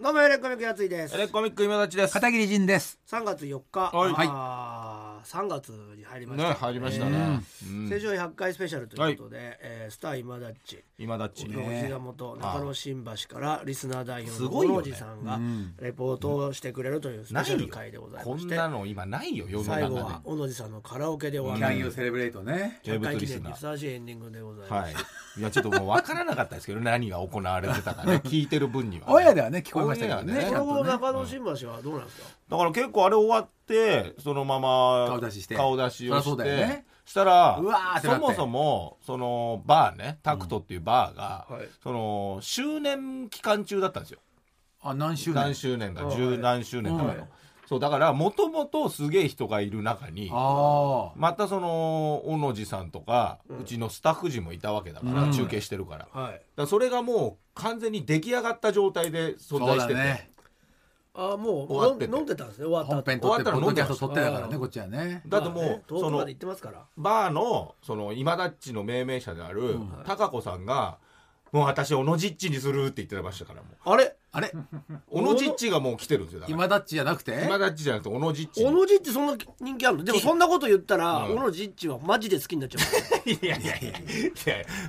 どうもエレコミックやついですエレコミック今立ちです。片桐仁です。 3月4日、はいあー3月に入りましたね、入りましたね。うん正常100回スペシャルということで、えースター今だっち今だっち。のお膝元中野新橋からリスナー代表すのごい五よね郎寺さんがレポートをしてくれるというスペなシャいルよ回でござ。いこまんしてなの今ないよ、世の最中後で。は小野寺さんのカラオケで終わキャンるユーセレブレイトね。名100物回リ記ス念ナリスー。ナー陣エンディングでございます、はい。いや、ちょっともう分からなかったですけど、何が行われてたかね、聞いてる分には。親ではね、聞こえましたけどオンエね。アこでちゃのん頃とね中野新橋はどうなんですか、だから結構あれ終わってそのまま顔出しして顔出しをそりしゃそてうだよねしたらうわーってなそってもそもそのバーねタクトっていうバーが、はいその周年期間中だったんですよあ、何周何年。周年かはい十何周年かの、はいそうだからもともとすげえ人がいる中にあまたその小野寺さんとか、うちのスタッフ陣もいたわけだから、うん中継してるからだかはい、らそれがもう完全に出来上がった状態であ。存そう在しだてて、ね。あーも終わっうてて飲んでたんですね終わった本後編撮って、終わったらポッ飲んドキでャまスすト撮ってだからうね、んこっちはね。だってもう、まあね遠くそまので行ってますからバーのその今ダッチの命名者である高子さんが「もう私小野じっちにする」って言ってましたからもあれあれう小野じっちがもう来てるんですよだから今だっちじゃなくて今ダッチじゃなくて小野じっち小野じってそんな人気あるのでもそんなこと言ったらうん小野じっちはマジで好きになっちゃ う いやいやいやいや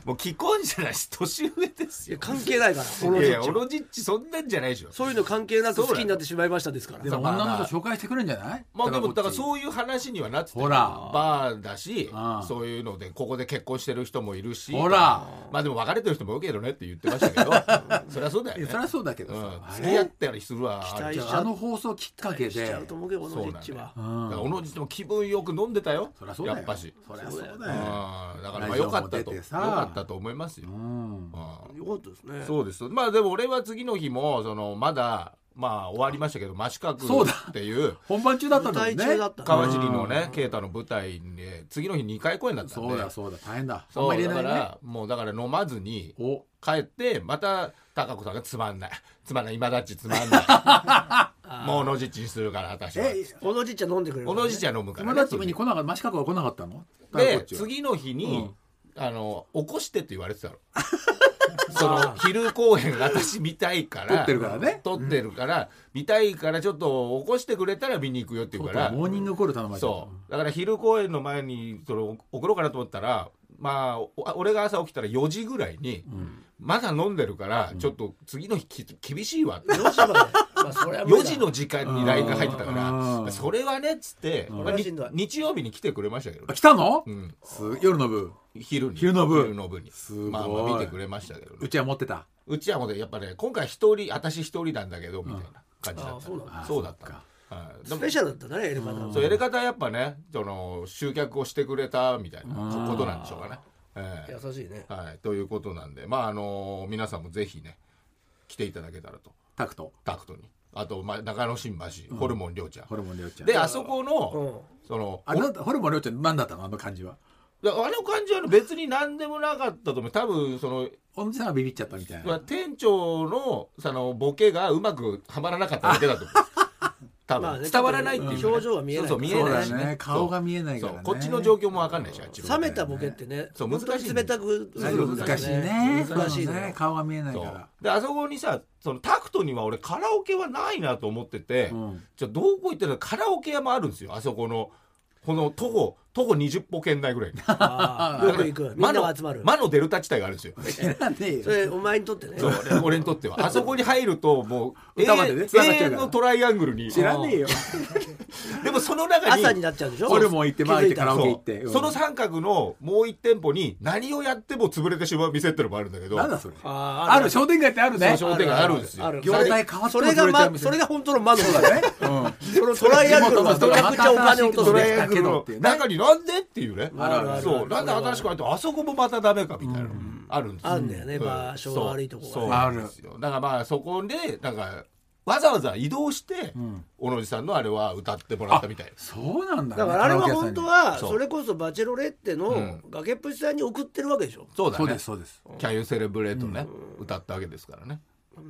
もう既婚者だし年上ですいやよ関係ないから小い野やじっいやち小野じっちそんなんじゃないでしょそういうの関係なく好きになってしまいましたですからでも女の人紹介してくるんじゃないまあでもだからう。そういう話にはなっててほらバーだしうんそういうのでここで結婚してる人もいるしほらまあでも別れてる人も多いけどねって言ってました けどそりゃそうだいやよねそりゃそうだけどうんさ。あ付き合っれたりするわ期待じゃああの放送きっかけしちでゃ。うと思うけど小野じっちはそうんだからおのじとも気分よく飲んでたよ。そりゃそうだよ。やっぱし。そりゃそうだよそうだね。あだからまあ良かったラジオと。も出て良さかったと思いますよう。ん。あよかったですねあそうです。まあでも俺は次の日もそのまだまあ終わりましたけど、真四角そうだっていう。本番中だったんだもんね。舞台中だった川尻のね、啓太の舞台で次の日2回公演だったんで。そうだそうだ、大変だ。そうあんまりだ入かれないね。らもうだから飲まずにお。帰ってまた高子さんがつまんないつまんない今だっちつまんな いもうのじっちにするから私はえ、小野じっちは飲んでくれるかおらねのじっちは飲むから今ねだっち見に来なかった、真四角は来なかったので次の日に、あの起こしてって言われて たのその昼公演私見たいから撮ってるからね撮ってるから、見たいからちょっと起こしてくれたら見に行くよって言うからモーニングコール頼まれたそうだから昼公演の前にその送ろうかなと思ったらまあおあ俺が朝起きたら4時ぐらいに、まだ飲んでるから、ちょっと次の日き厳しいわって4時までまあそれは無理4だ時の時間に LINE が入ってたかうらんそれはねっつって、んまあにしんどい日曜日に来てくれましたけどねあ来たの、うんす夜の部昼に昼の部昼の部にすごいまあまあ見てくれましたけどうねちは持ってたうちはもうねやっぱね今回一人私一人なんだけどみたいな感じだあったそうなんだそうだったそっかはいでスもペシャルだったねエレファンそうやり方はやっぱねその集客をしてくれたみたいなうんことなんでしょうかねええ優しいねはいということなんでまああの皆さんもぜひね来ていただけたらとタクトタクトにあとまあ中野新橋ホルモン涼ちゃんホルモンりょうちゃんであそこうのんそのあれなんだホルモンりょうちゃん何だったのあの感じはおあの感じはね別に何でもなかったと思う多分そのおじさんがビビっちゃったみたいまあな店長のそのボケがうまくはまらなかっただけだと思 う多分、まあね伝わらないっていう、表情は見えないそうそう見えそうないだしね顔が見えないからねそうこっちの状況もわかんないしあっち冷もめたボケってねそう難しい本当に冷たく映るんだよ難しいね難しいそうだね顔が見えないそかうらであそこにさそのタクトには俺カラオケはないなと思ってて、うんじゃあどこ行ってたらカラオケ屋もあるんですよあそこのこの徒歩徒歩20歩圏内ぐら いにあーよく行 くみんな魔がの集まる魔のデルタ地帯があるんですよ知らねえよそれお前にとってねそうで俺にとっ てはあそこに入るともう永歌まで遠ね永繋がっちゃう遠からのトライアングルに知らねえよでもその中に朝になっちゃうでしょホルモン行って気づい回ってたカらラオケ行そっうてうんその三角のもう一店舗に何をやっても潰れてしまう店ってのもあるんだけどなんだそれあーある商店街ってあるねそう商店街あるんですよる業態変わってそも潰れれが、ちゃうま、店それが本当の魔の方そうだだねねうんそのトライアングルはめちゃくちゃお金落とすトそライれアングルの中になんでっていうねあるあるあるそうなんで新しく入ってあそこもまたダメかみたいなのあるんですよあるんだよねう場所の悪いとこがねそうそうなんですよだからまあそこでなんかわざわざ移動して小野寺さんのあれは歌ってもらったみたいですそうなんだねだからあれはカラオケ屋さん本に当はそうそれこそバチェロレッテのん崖っぷちさんに送ってるわけでしょそうだそうねですそうです「キャ u セレブレートね歌ったわけですからね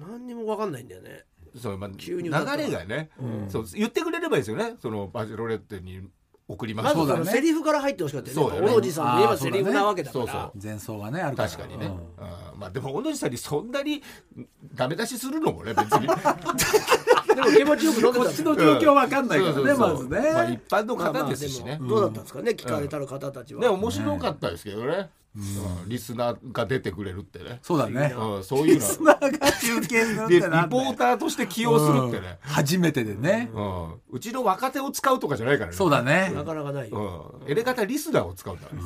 何にも分かんないんだよねそうまあ流急にれ歌ったがねそう言ってくれればいいですよねそのバチェロレッテに送りままずすそそうだねのセリフから入ってほしかったよねそうだよねやっぱ小野寺さんといえばセリフなわけだかそうらそう前奏がねあるから確かにね、ううんんまあでも小野寺さんにそんなにダメ出しするのもね別 にでも気持ちよく飲んでこたっんちでの状況わかんないからそうねそうまそうずねまあ一般のまあまあ方ですしね、もどうだったんですかね聞かれたる方たちはね面白かったですけどね、うんリスナーが出てくれるってね、そうだねうん、そういうリのスナーが中継するっでてリポなんだよーターとして起用するってね、うん初めてでねうんうちの若手を使うとかじゃないからねそうだねなかなかないよ、うん、エレガタリスナーを使うんだからね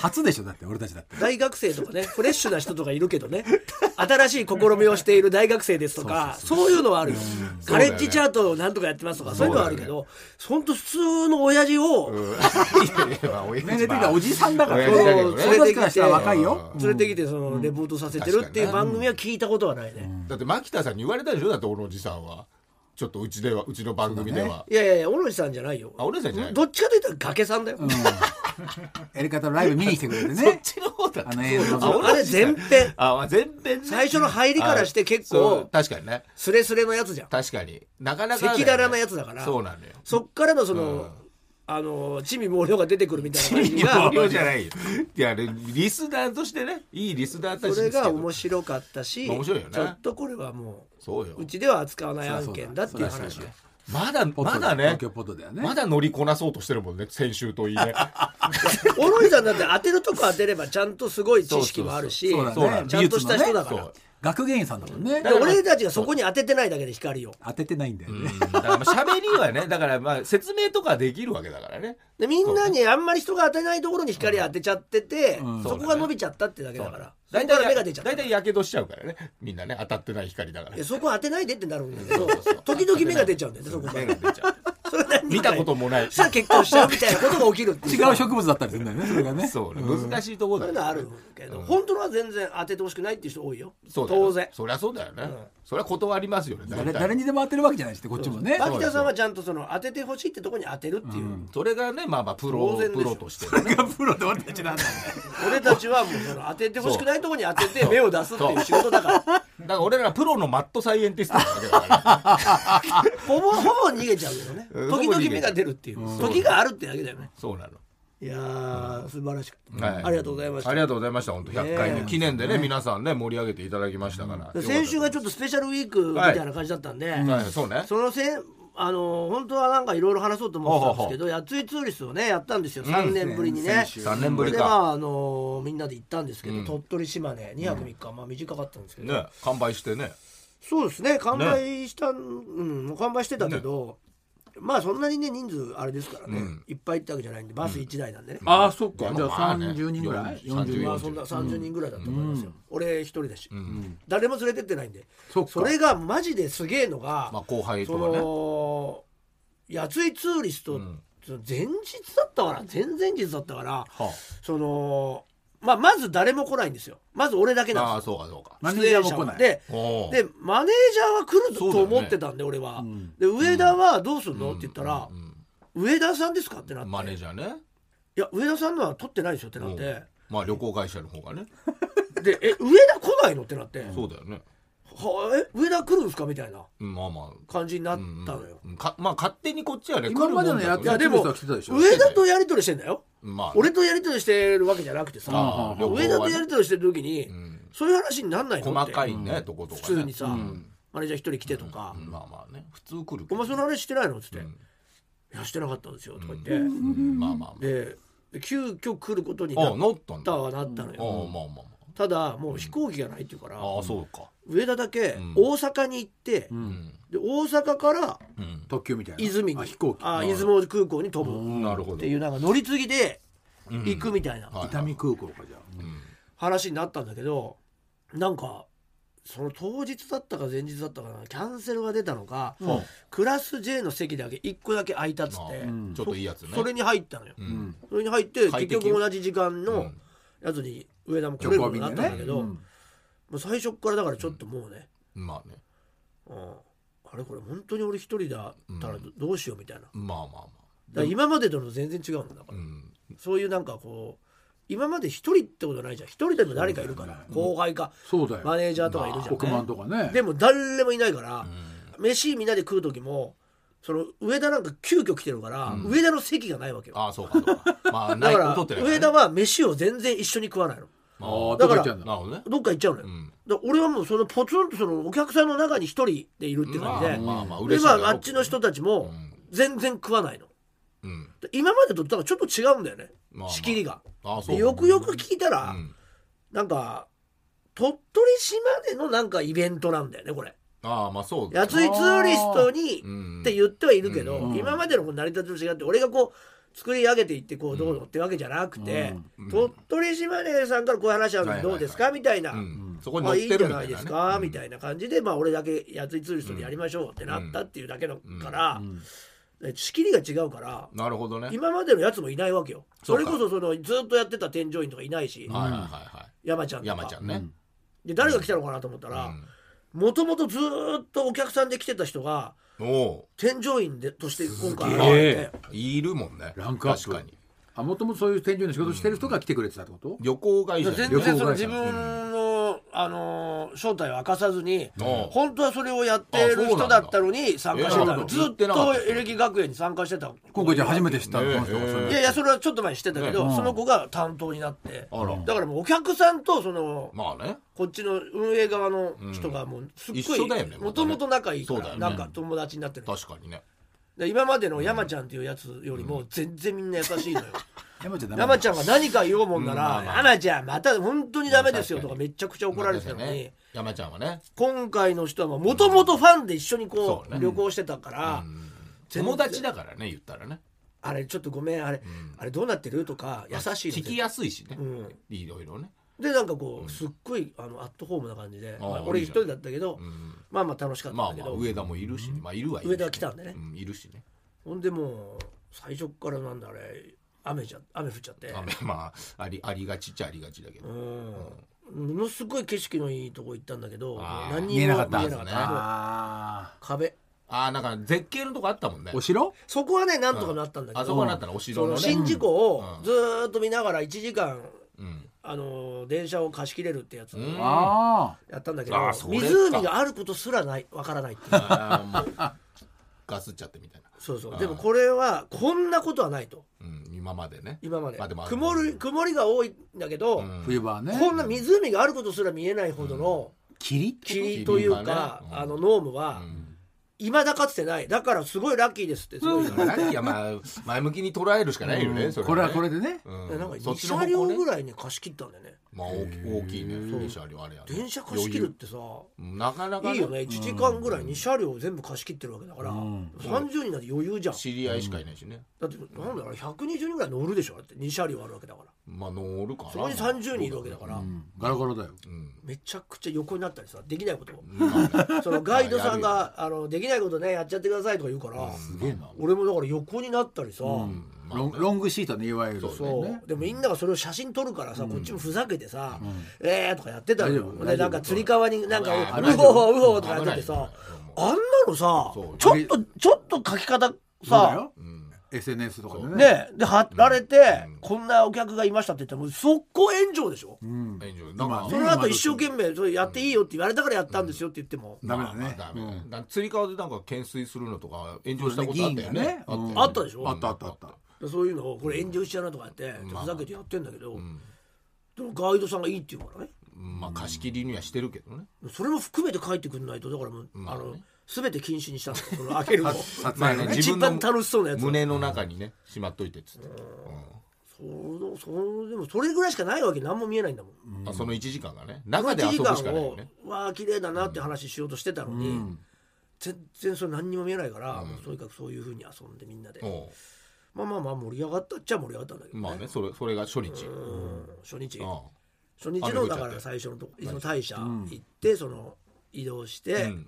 初でしょだって俺たちだって大学生とかねフレッシュな人とかいるけどね新しい試みをしている大学生ですとかそういうのはあるよ、カレッジチャートをなんとかやってますとかそういうのはあるけど本当、ほんと普通の親父を、うんいやいや親父年齢的にはおじさんだから親父だけどそね俺うたちからしたら若いよ連れてきてそのレポートさせてるっていう確番組は聞いたことはないね、だって牧田さんに言われたでしょだって小野寺さんはちょっとうちではうちの番組では、いやいやいや小野寺さんじゃないよあ小野寺さんじゃないどっちかといったら崖さんだよ、やり方のライブ見に来てくれてそっねちの方だあの映像あのあれ前編あまあ前編ね最初の入りからして結構そう確かにねスレスレのやつじゃん確かになかなかだよ赤ね裸々なやつだからそうなのよそっからのその、うんあの地味毛量が出てくるみたいな感じいやが無料じゃないよいやねリスナーとしてねいいリスナーたちですそけれどが面白かったし面白いよねちょっとこれはもそうよううちでは扱わない案件だっていうそうだ話そうよだまだポッまドだだね東京ポッドだよねまだ乗りこなそうとしてるもんね先週といい ね小野井さんだって当てるとこ当てればちゃんとすごい知識もあるしそうだそうなねのちゃんとした人だそから、う学芸員さんだもんねで俺たちがそこに当ててないだけで光を当ててないんだよねうんだからまあ喋りはねだからまあ説明とかできるわけだからねでみんなにあんまり人が当てないところに光当てちゃってて、うんそこが伸びちゃったってだけだからそこ大から体目が出ちゃった大体やけどしちゃうからねみんなね当たってない光だからえそこ当てないでってなるんだけどそうそう時々目が出ちゃうんだよねそこが目が出ちゃうそれ何見たことも ないさあ結婚しちゃうみたいなことが起きるってい違う植物だったりするんだよねそれがねそうね難しいとこそういうのだよねはあるけど、本当のは全然当ててほしくないっていう人多いよそうだよね当然そりゃそうだよねそりゃ断りますよね大誰体誰にでも当てるわけじゃないしってこっちもね牧田さんはちゃんとその当ててほしいってところに当てるっていう、それがねまあまあプ当ロ然でしょプロとしてねがプロで俺たちなんだよ俺たちはもうその当ててほしくないところに当てて目を出すっていう仕事だからだから俺らプロのマットサイエンティストなわけ だからねほぼほぼ逃げちゃうけどねうん時々目が出るっていう、時があるってだけだよねそうなのいやー素晴らしくて、はいありがとうございましたありがとうございました本当100回の記念でね皆さんね盛り上げていただきましたからで先週がちょっとスペシャルウィークみたいな感じだったんで、はいそうねそのせあの本当はなんかいろいろ話そうと思ってたんですけどやついツーリストをねやったんですよ3年ぶりにね先。週3そ年ぶれりでかまああのみんなで行ったんですけど、うん鳥取島根2泊3日、まあ短かったんですけど、ね完売してねそうですね完売した、うんもう完売してたけど、まあそんなにね人数あれですからね、うんいっぱい行ったわけじゃないんでバス1台なんでね、あーそっかでもじゃあまね30人ぐらい40 40ま40あそんな30人ぐらいだと思いますよ、俺一人だし、うん誰も連れてってないんでそっかそれがマジですげえのが、まあ後輩そとかねのやついツーリスト、うんその前日だったから前々日だったからはその、まあ、まず誰も来ないんですよまず俺だけあなあんあですそうかそうかマネー出ジャ演ーも者来ないでおーでマネージャーは来るそうだとよね思ってたんで俺は、うんで上田はどうするの、って言ったらう、ん上田さんですかってなって、マネーいジャーねや上田さんのは取ってないですよってなっうてんまあ旅行会社の方がねでえ上田来ないのってなって、そうだよねはえ上田来るんですかみたいなうんまあまあ感じになっうんたのよ、うんかまあ勝手にこっちはね今までのや来つるもややでんだとでもも来てたでしょ上田とやり取りしてんだよまあね俺とやり取りしてるわけじゃなくてさ、ああ旅行はね上田とやり取りしてる時に、うんそういう話になんないのって細かいねとことか普ね通にさ、うんマネージャー一人来てとか、まあまあね普通来るお前その話してないの?」っつって「うんいやしてなかったんですよ」とか言って、うんまあまあまでで急遽来ることにあなあっ乗ったんだたああはなったのまあよ、まあまただもう飛行機がないっていうから、あああそうか上田だけん大阪に行って、ううんんで大阪からうん特急みたいな泉にあ飛行機あ出雲空港に飛ぶなるほどっていうなんか乗り継ぎで行くみたいなはい伊丹空港かじゃ話になったんだけどなんかその当日だったか前日だったかなキャンセルが出たのか、あクラス J の席だけ1個だけ空いたっつって、うんちょっといいやつねそれに入ったのよ、ううんんそれに入って結快適よ局同じ時間うのんやつに上田も来曲れるをよう見にてねなったんだけど、うもんう最初っからだからちょっともうね、まあねうんあれこれ本当に俺一人だったらどどうしようみたいなだかまあまあまら今までとの全然違うんだかあら、うんそういうなんかこう今まで一人ってことないじゃん一人でも誰かいるから、後輩かそうだよマネージャーとかいるじゃん、ね億万とかねでも誰もいないから、うん飯みんなで食う時もその上田なんか急遽来てるから、上田の席がないわけよああそうかそう かまあなだいから取ってない上田は飯を全然一緒に食わないのあああ、だだかからら。なるほどねどっか行っちゃうのよ、うんだから俺はもうそのポツンとそのお客さんの中に一人でいるってま感あじで、まあまあで嬉しいまだろうけどああっちの人たちも全然食わないのうんで今までとだからちょっと違うんだよね、まあまあ仕切りがああでそうよくよく聞いたうら、んなんか鳥取島根のなんかイベントなんだよねこれああまあそうやついツーリストにうんって言ってはいるけど、うん今までのこう成り立ちと違って俺がこう作り上げていってこうどうのってわけじゃなくて、うん鳥取島根さんからこういう話あるんでどうですか、はいみたいな、うんそこにま乗っあいいんてじるゃなみたいいでなすねか、みたいな感じで、まあ、俺だけやついツーリストでやりましょうってなったっていうだけのから、で仕切りが違うからなるほどねはい今までのやつもいないわけよそそうかれこそそのずっとやってた添乗員とかいないし、はいは山ちゃんいとか山ちゃんねで誰が来たのかなと思ったらもともとずーっとお客さんで来てた人がうんお添乗員でとして今回すげ現れてういるもんねランクアップ確かにあ、もともとそういう添乗員の仕事してる人が来てくれてたってこと旅行会社全旅行然そ会社の自分の、あのー正体を明かさずにおう本当はそれをやってる人だったのに参加してたのえずそうなっんだとエレキ学園に参加してた今回じゃあ初めて知ったのねこの人がそれえいやいやそれはちょっと前にしてたけど、その子が担当になってあらだからもうお客さんとその、まあねこっちの運営側の人がもうすっごい一緒だよねもともと仲いいかそうだらよねなんか友達になってる確かにねで今までの山ちゃんっていうやつよりも全然みんな優しいのよ山ちゃんダメ山ちゃんが何か言おうもんならう「んまあまあ山ちゃんまた本当にダメですよ」とか確かめちゃくちゃ怒られてたまのあ確かにね山ちゃんはね今回の人はもともとファンで一緒にこそううね旅行してたから全然友達だからね言ったらねあれちょっとごめんあれあれどうなってるとか優しいの聞きやすいしねんいろいろねでなんかこうすっごいあのアットホームな感じであー俺いい一じゃん人だったけどまあまあ楽しかったまんあだけまあど上田もいるしまあいるはいるし上田は来たんでねういるしねほんでもう最初っからなんだあれ雨じゃ雨降っちゃってあまあありありがちっちゃありがちだけどうんものすごい景色のいいとこ行ったんだけどあー何に見もえなかった見えなかったそうあ壁ああなんか絶景のとこあったもんねーお城そこはねなんとかなったんだけど、あそこになったらおそ城ののね宍道湖をうんずーっと見ながら1時間、うんあのー電車を貸し切れるってやつんあやったんだけど、あーそれか湖があることすらないわからないっていうあーもうガスっちゃってみたいなそうそうあーでもこれはこんなことはないとうん今までね今まで,、まあでもある曇る曇りが多いんだけど、うんあ冬場はねこんな湖があることすら見えないほどの、霧霧という霧がか、ねうんあのノームは、いまだかつてないだからすごいラッキーですってすごい言われて、いやまあ前向きに捉えるしかないよねそこれはこれででねでなんかそ2っちの車方両向ねぐらいね貸し切ったんだよねまあ大き大きいね二車両あれやね電車貸し切るってさ余裕なかなかいいよね1時間ぐらい2車両全部貸し切ってるわけだから、30人なんて余裕じゃん知り合いしかいないしねだってなんだろう120人ぐらい乗るでしょだって2車両あるわけだからまあ乗るかなそこに30人いるわけだから、ガラガラだよ。めちゃくちゃ横になったりさできないことを、 まあねそのガイドさんが「あのできないことねやっちゃってください」とか言うから、すげえな。俺もだから横になったりさ、ロンロングシートね、いわゆる。そう、でもみんながそれを写真撮るからさ、こっちもふざけてさ「えー」とかやってたのよ大丈夫でなんかつり革になんか「危うないほうほうほう」とかやってて危さないあんなのさそうちょっとちょっと書き方そうださよ。SNS とかでね。ねで貼られて、こんなお客がいましたって言ったらもう速攻炎上でしょ、炎上だからその後一生懸命それやっていいよって言われたからやったんですよって言っても、ダメだまあねダメだねだから釣り革でなんか懸垂するのとか炎上したこと議あっ員たよがねねあったようねんあったでしょあったあったあったそういうのをこれ炎上しちゃうなとかやって、ふざけてやってんだけど、でもガイドさんがいいって言うからねまあ貸し切りにはしてるけどねそれも含めて書いてくんないとだからもう、まああねの全て禁止にしたんですよその開けるの を撮ま影のあねね一番楽しそうなやつ胸の中にねしまっといてっつってそうそうでもそれぐらいしかないわけ何も見えないんだもん、うんあその1時間がね中で遊ぶしかないよねをわあ綺麗だなって話しようとしてたのに、全然それ何にも見えないから、もうとにかくそういうふうに遊んでみんなで、おうまあまあまあ盛り上がったっちゃ盛り上がったんだけどね,、まあねそれそれが初日うん初日、うん初日雨降のっちゃっだてから最初のとこ出雲大社行って、その移動して、うん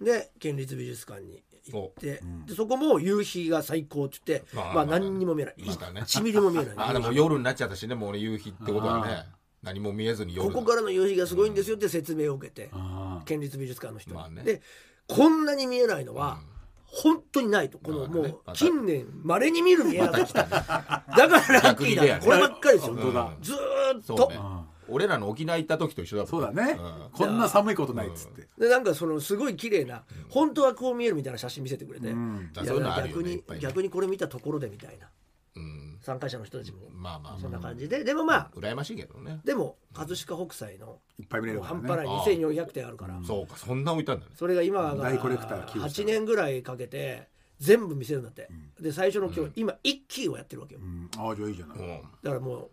で県立美術館に行って、でそこも夕日が最高って言って、まあまあ何にも見えない、またね1ミリも見えない あーでも夜になっちゃったしねもうね夕日ってことはね何も見えずに夜こだこからの夕日がすごいんですよって説明を受けて、あ県立美術館の人に、まあねでこんなに見えないのは、本当にないとこのまあもねうまた近年まれに見 る見えなかっただからラッキー逆にレアだねこればっかりですようんずーっそうとね俺らの沖縄行った時と一緒だもんそうだねんこんな寒いことないっつってでなんかそのすごい綺麗な本当はこう見えるみたいな写真見せてくれて、んいやそういうのあるよ逆ねいに、っぱいね逆にこれ見たところでみたいなうん参加者の人たちもまあまあそんまな感じででもまああ羨ましいけどねでも葛飾北斎のいっぱい見れるもうから半ね端ない2400点あるからそうかそんな置いたんだねそれが今が大コレクター旧車8年ぐらいかけて全部見せるんだってで最初の今日今1期をやってるわけようんああじゃあいいじゃないうんだからもう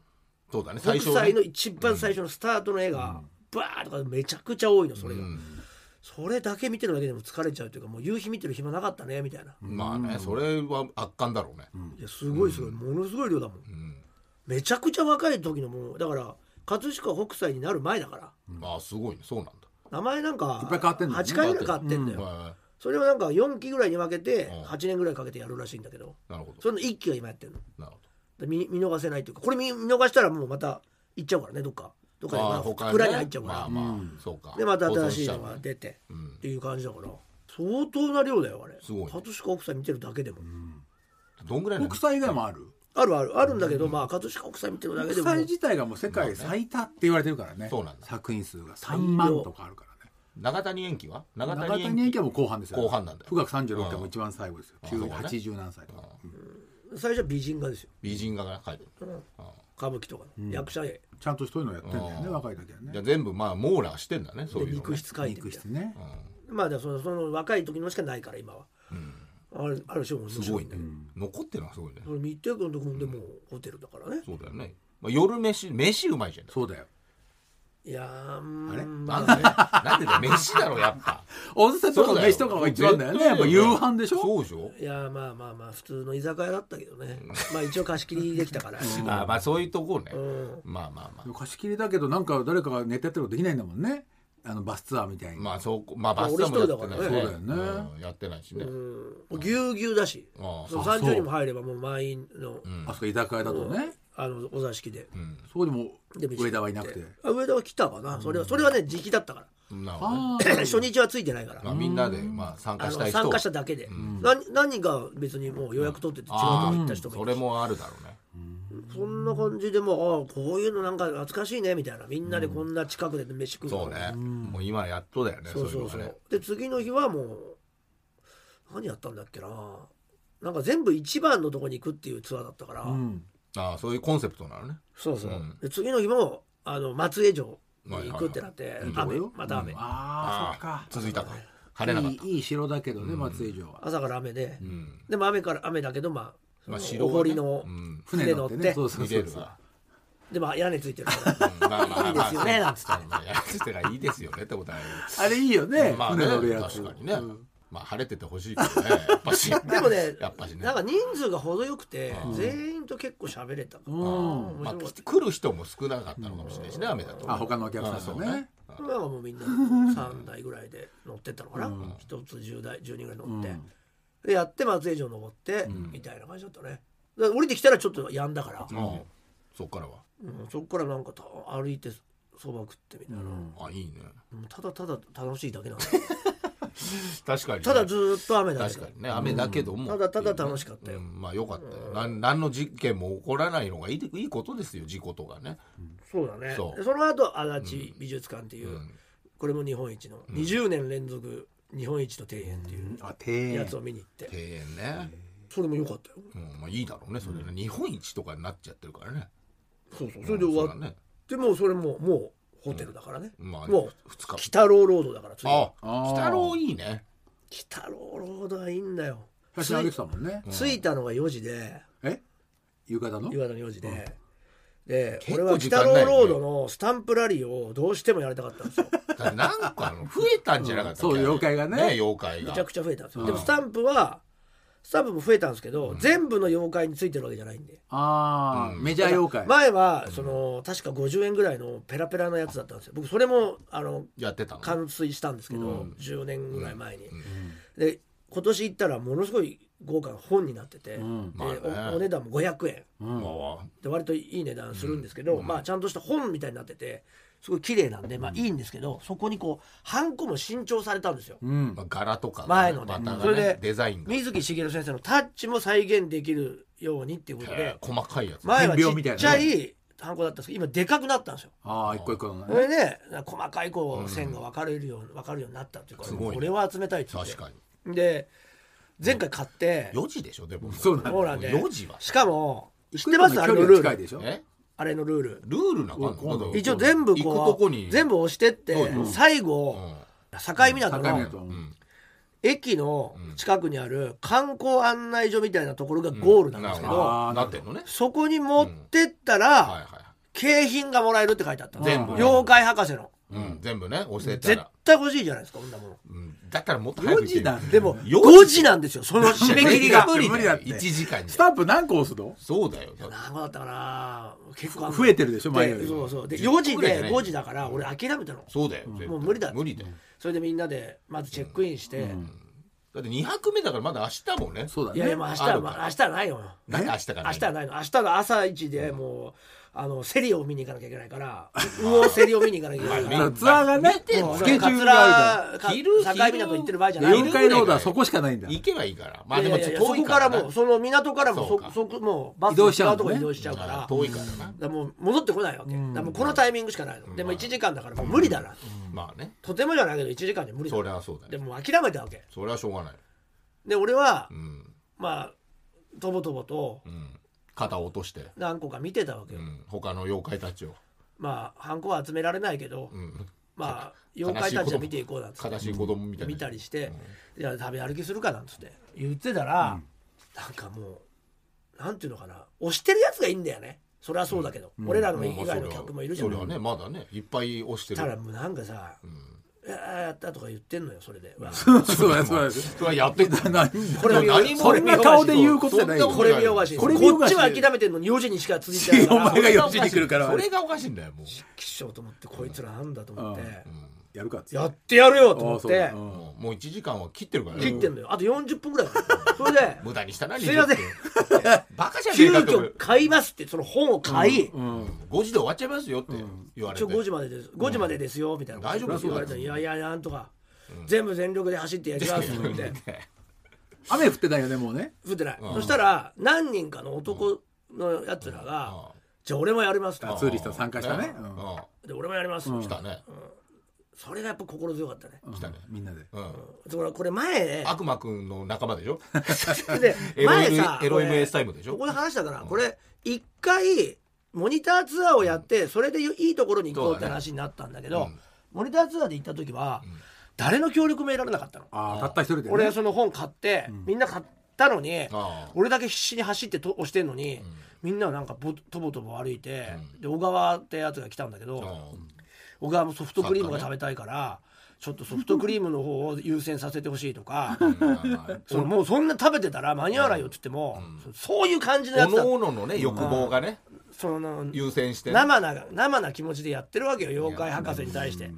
そうだね最北初ね斎の一番最初のスタートの絵がバーとかめちゃくちゃ多いのそれがうんそれだけ見てるだけでも疲れちゃうというかもう夕日見てる暇なかったねみたいなまあねそれは圧巻だろうねいやすごいすごいものすごい量だもんうんめちゃくちゃ若い時のものだから葛飾北斎になる前だからまあすごいねそうなんだ名前なんかいっぱい変わってんだよね8回ぐらい変わってんだよはそれをなんか4期ぐらいに分けてうん8年ぐらいかけてやるらしいんだけどいなるほどその1期が今やってるのなるほどで見見逃せないというかこれ見見逃したらもうまた行っちゃうからねどっかどっかでまあああ他ね蔵に入っちゃうから、まあまあそうかでまた新しい保の存ちゃうがね出てうんっていう感じだから相当な量だよあれすごいね葛飾北斎見てるだけでも、どんぐらいなの国際以外もあるあるあるあるんだけど、まあ葛飾北斎見てるだけ国でも際自体がもう世界最多って言われてるからねそうなんだ作品数が3万とかあるからね長谷延期は長長谷谷延園期家も後半ですよ後半なんだよ富岳36点も一番最後ですよそうね80何歳とか最初は美人画ですよ美人画が描いてるあ歌舞伎とかの、役者絵ちゃんとそういうのやってんだよねうん若い時はあじゃねあ全部まあ網羅してんだねそうでいうの肉ね質描いて肉みた質いねなまあでもそのその若い時のしかないから今は、あるある種面すご白いいんねだけど残ってるのはすごいねそれ見てくんとくんでもうホテルだからね、そうだよねまあ夜飯飯うまいじゃんそうだよいやーうんあれなんでなんでだよ飯だろやっ ぱ温泉とかの飯とかが一番だよねやっぱ夕飯でしょそうでしょいやーまあまあまあ普通の居酒屋だったけどねまあ一応貸し切りできたから、あまあそういうとこねうんまあまあまあ貸し切りだけどなんか誰かがネタやってることできないんだもんねあのバスツアーみたいにまあそうまあバスタもやってないし俺一人だからねそうだよねうんやってないしねもうぎゅうぎゅうだしああそのあそう30人も入ればもう満員の,、あそこ居酒屋だとねあのお座敷で、そうでもでも上田はいなくてあ上田は来たかな、それはそれはね時期だったからなるほどねあ初日はついてないから、まあみんなでまあ参あ加したのい人参加者だけで、何何人か別にもう予約取ってて違うとこ行った人もそいるれもあるだろうねそんな感じでもうああこういうのなんか懐かしいねみたいなみんなでこんな近くで飯食うのそうねもう今やっとだよねそそうういうそのうがそう、ねで次の日はもう何やったんだっけななんか全部一番のとこに行くっていうツアーだったから、うんああそういうコンセプトなのねそうそう、うんで次の日もあの松江城に行くってなって、はいはい雨また雨、ああそっか続いたか晴れなかったいいいい城だけどね松江城は朝から雨で、うんでも雨から雨だけどまあそまあの城おはね堀のうん船乗って,、ね そうそう見それうるそうわでまあ屋根ついてる からうんまあまあまあいいですよねなんつったらまあやつてらいいですよねってことはあるあれいいよねまあね船乗るやつ確かにねうんまあ晴れててほしいけどねやっぱしでもねやっぱしねなんか人数が程よくて、全員と結構喋れたから、面まあ白かっ来て来る人も少なかったのかもしれないしね雨だとあ他のお客さんとねた、今はもうみん な3台ぐらいで乗ってったのかな、一つ10台10人ぐらい乗って、でやって松江城登って、みたいな感じだったねで降りてきたらちょっとやんだから、うんそっからはうんそこからなんかた歩いてそば食ってみたいな、あいいねもうただただ楽しいだけなん だ確かにねただずーっと雨だけ確かにね雨だけども、ただただ楽しかったようんまあよかったよ、なん、何の事件も起こらないのがいいいいことですよ事故とかね、そうだねそうでその後足立美術館っていう、これも日本一の、20年連続日本一の庭園っていうあ庭園やつを見に行って、庭園ね、それも良かったよ、うんまあいいだろうねそれね、日本一とかになっちゃってるからねそうそうそれで終わそっうだねて、もうそれももうホテルだからね、まあもう2日北郎ロードだから次ああー北郎いいね北郎ロードはいいんだよ写真上げてたもんね着いたのが4時でえ浴衣の夕方の4時で、で結俺構は時北間郎ないよねロードのスタンプラリーをどうしてもやりたかったん ですよだってなんかあの増えたんじゃなかったっけうんそう妖怪がね妖怪めがちゃくちゃ増えたんですよでもスタンプはスタンプも増えたんですけど、全部の妖怪についてるわけじゃないんでああメジャー妖怪前はその確か50円ぐらいのペラペラのやつだったんですよ僕それもあのやってたの完遂したんですけど、10年ぐらい前に、で今年行ったらものすごい豪華な本になってて、でまあねおお値段も500円もで割といい値段するんですけど、まあちゃんとした本みたいになっててすごい綺麗なんでまあいいんですけど、そこにこうハンコも新調されたんですよ、うまあ柄とかね前のねまたそれねでデザインが、水木しげる先生のタッチも再現できるようにっていうことえでー細かいやつ前はち点描みたっいなねちゃいハンコだったんですけど今でかくなったんですよああ一個一個のそねれで細かいこう線が分かれるように分かるようになったっていうからすごいねこれは集めたいっつっ確てかにで前回買って4時でしょでもそうなんだほらね4時はしかも知って一個ま一個すのあ距れの離ルが近いールでしょえあれのルールルールな感今度じ一応全部行くことこうに全部押してっうてん最部後境港境の港ううんん駅の近くにある観光案内所みたいなところがゴールなんですけうんどあなってんのねそこに持ってったはいらは景品がもらえるって書いてあったの全部妖怪博士のいうん全部ね教えた絶ら対欲しいじゃないですかこんなものうんだからもっと早く4行け時るなんでもよ5時なんですよその締め切りが無理だよ無理だよ無理だ1って時間じスゃタンプ何個押すのそうだよだって何個だったかな結構あんの増えてるでしょ前よでりそうそうで10 4時ぐらいじゃでない5時だから俺諦めたのそうだよ絶対もう無理だ無理だよそれでみんなでまずチェックインしてだって2泊目だからまだ明日もねそうだいやいやねもう明日あはるまあか明日はないよなんで明日から明日はないの明日の朝一でもうあのセリを見に行かなきゃいけないから魚セリを見に行かなきゃいけないかまらあツアーがね見てもスケジュールがあ桂るか昼境港行ってる場合じゃないから昼4回ロードはそこしかないんだ行けばいいからまあでいもやちょいっやとそ遠いこかかららなもうその港からもそうそかそこもうバス移動しちゃ違うのねとこに移動しちゃうからあ遠いからなだからもう戻ってこないわけだからもうこのタイミングしかないのでも1時間だからもう無理だなまあねとてもじゃないけど1時間で無理だそれはそうだでよもう諦めたわけそれはしょうがないで俺はうんまあとぼとぼとうん肩を落として何個か見てたわけうよん他の妖怪たちをまあハンコは集められないけどうんまあ妖怪たちは見ていこうなんつって悲しい子供みたいな見たりして「いや食べ歩きするか」なんつって言ってたらなんかもうなんていうのかな押してるやつがいいんだよねそれはそうだけど俺らの以外の客もいるじゃそれはんねまだねいっぱい押してたらるもうなんかさ「いやーやった」とか言ってんのよそれでうわそうだそうだそれはやってく る何これ見よがしそんな顔で言うことじゃないよこれ見よがしいここれ見よっがしちは諦めてんのに4時にしか続いてないかお前らが4時に来るからそれがおかしいんだよもうきっしょうと思ってこいつらなんだと思ってやるかっつってやってやるよと思っあそうだてうんもうもう1時間は切ってるからね切ってんのよあと40分ぐらいだからそれで無駄にしたなすいません20分バカじゃね急えかと思遽う買いますってその本を買い、 5時で終わっちゃいますよって言われ一て応5時までです5時までですよみたいな大丈夫ですよ言われたらいやいやなんとか、全部全力で走ってやりますって言 って雨降ってないよねもうね降ってない、そしたら何人かの男のやつらが、じゃあ俺もやりますと、ツーリスト参加したねうんで俺もやります、来たねそれがやっぱ心強かったね、来たねみんなでうんそれはこれ前ね悪魔くんの仲間でしょ でエロ前エさロエロ MS こタイムでしれこょこで話したから、これ一回モニターツアーをやってそれでいいところに行こうって話になったんだけどそうだねモニターツアーで行った時は、誰の協力も得られなかったの。ああたった一人でね俺はその本買って、みんな買ったのにああ俺だけ必死に走ってと押してんのに、みんななんかぼとぼとぼ歩いて、で小川ってやつが来たんだけど、うん小川もソフトクリームが食べたいから、ちょっとソフトクリームの方を優先させてほしいとか、そのもうそんな食べてたら間に合わないよって言っても、そそういう感じのやつだおのおののね欲望がねその優先してね生な生な気持ちでやってるわけよ妖怪博士に対して、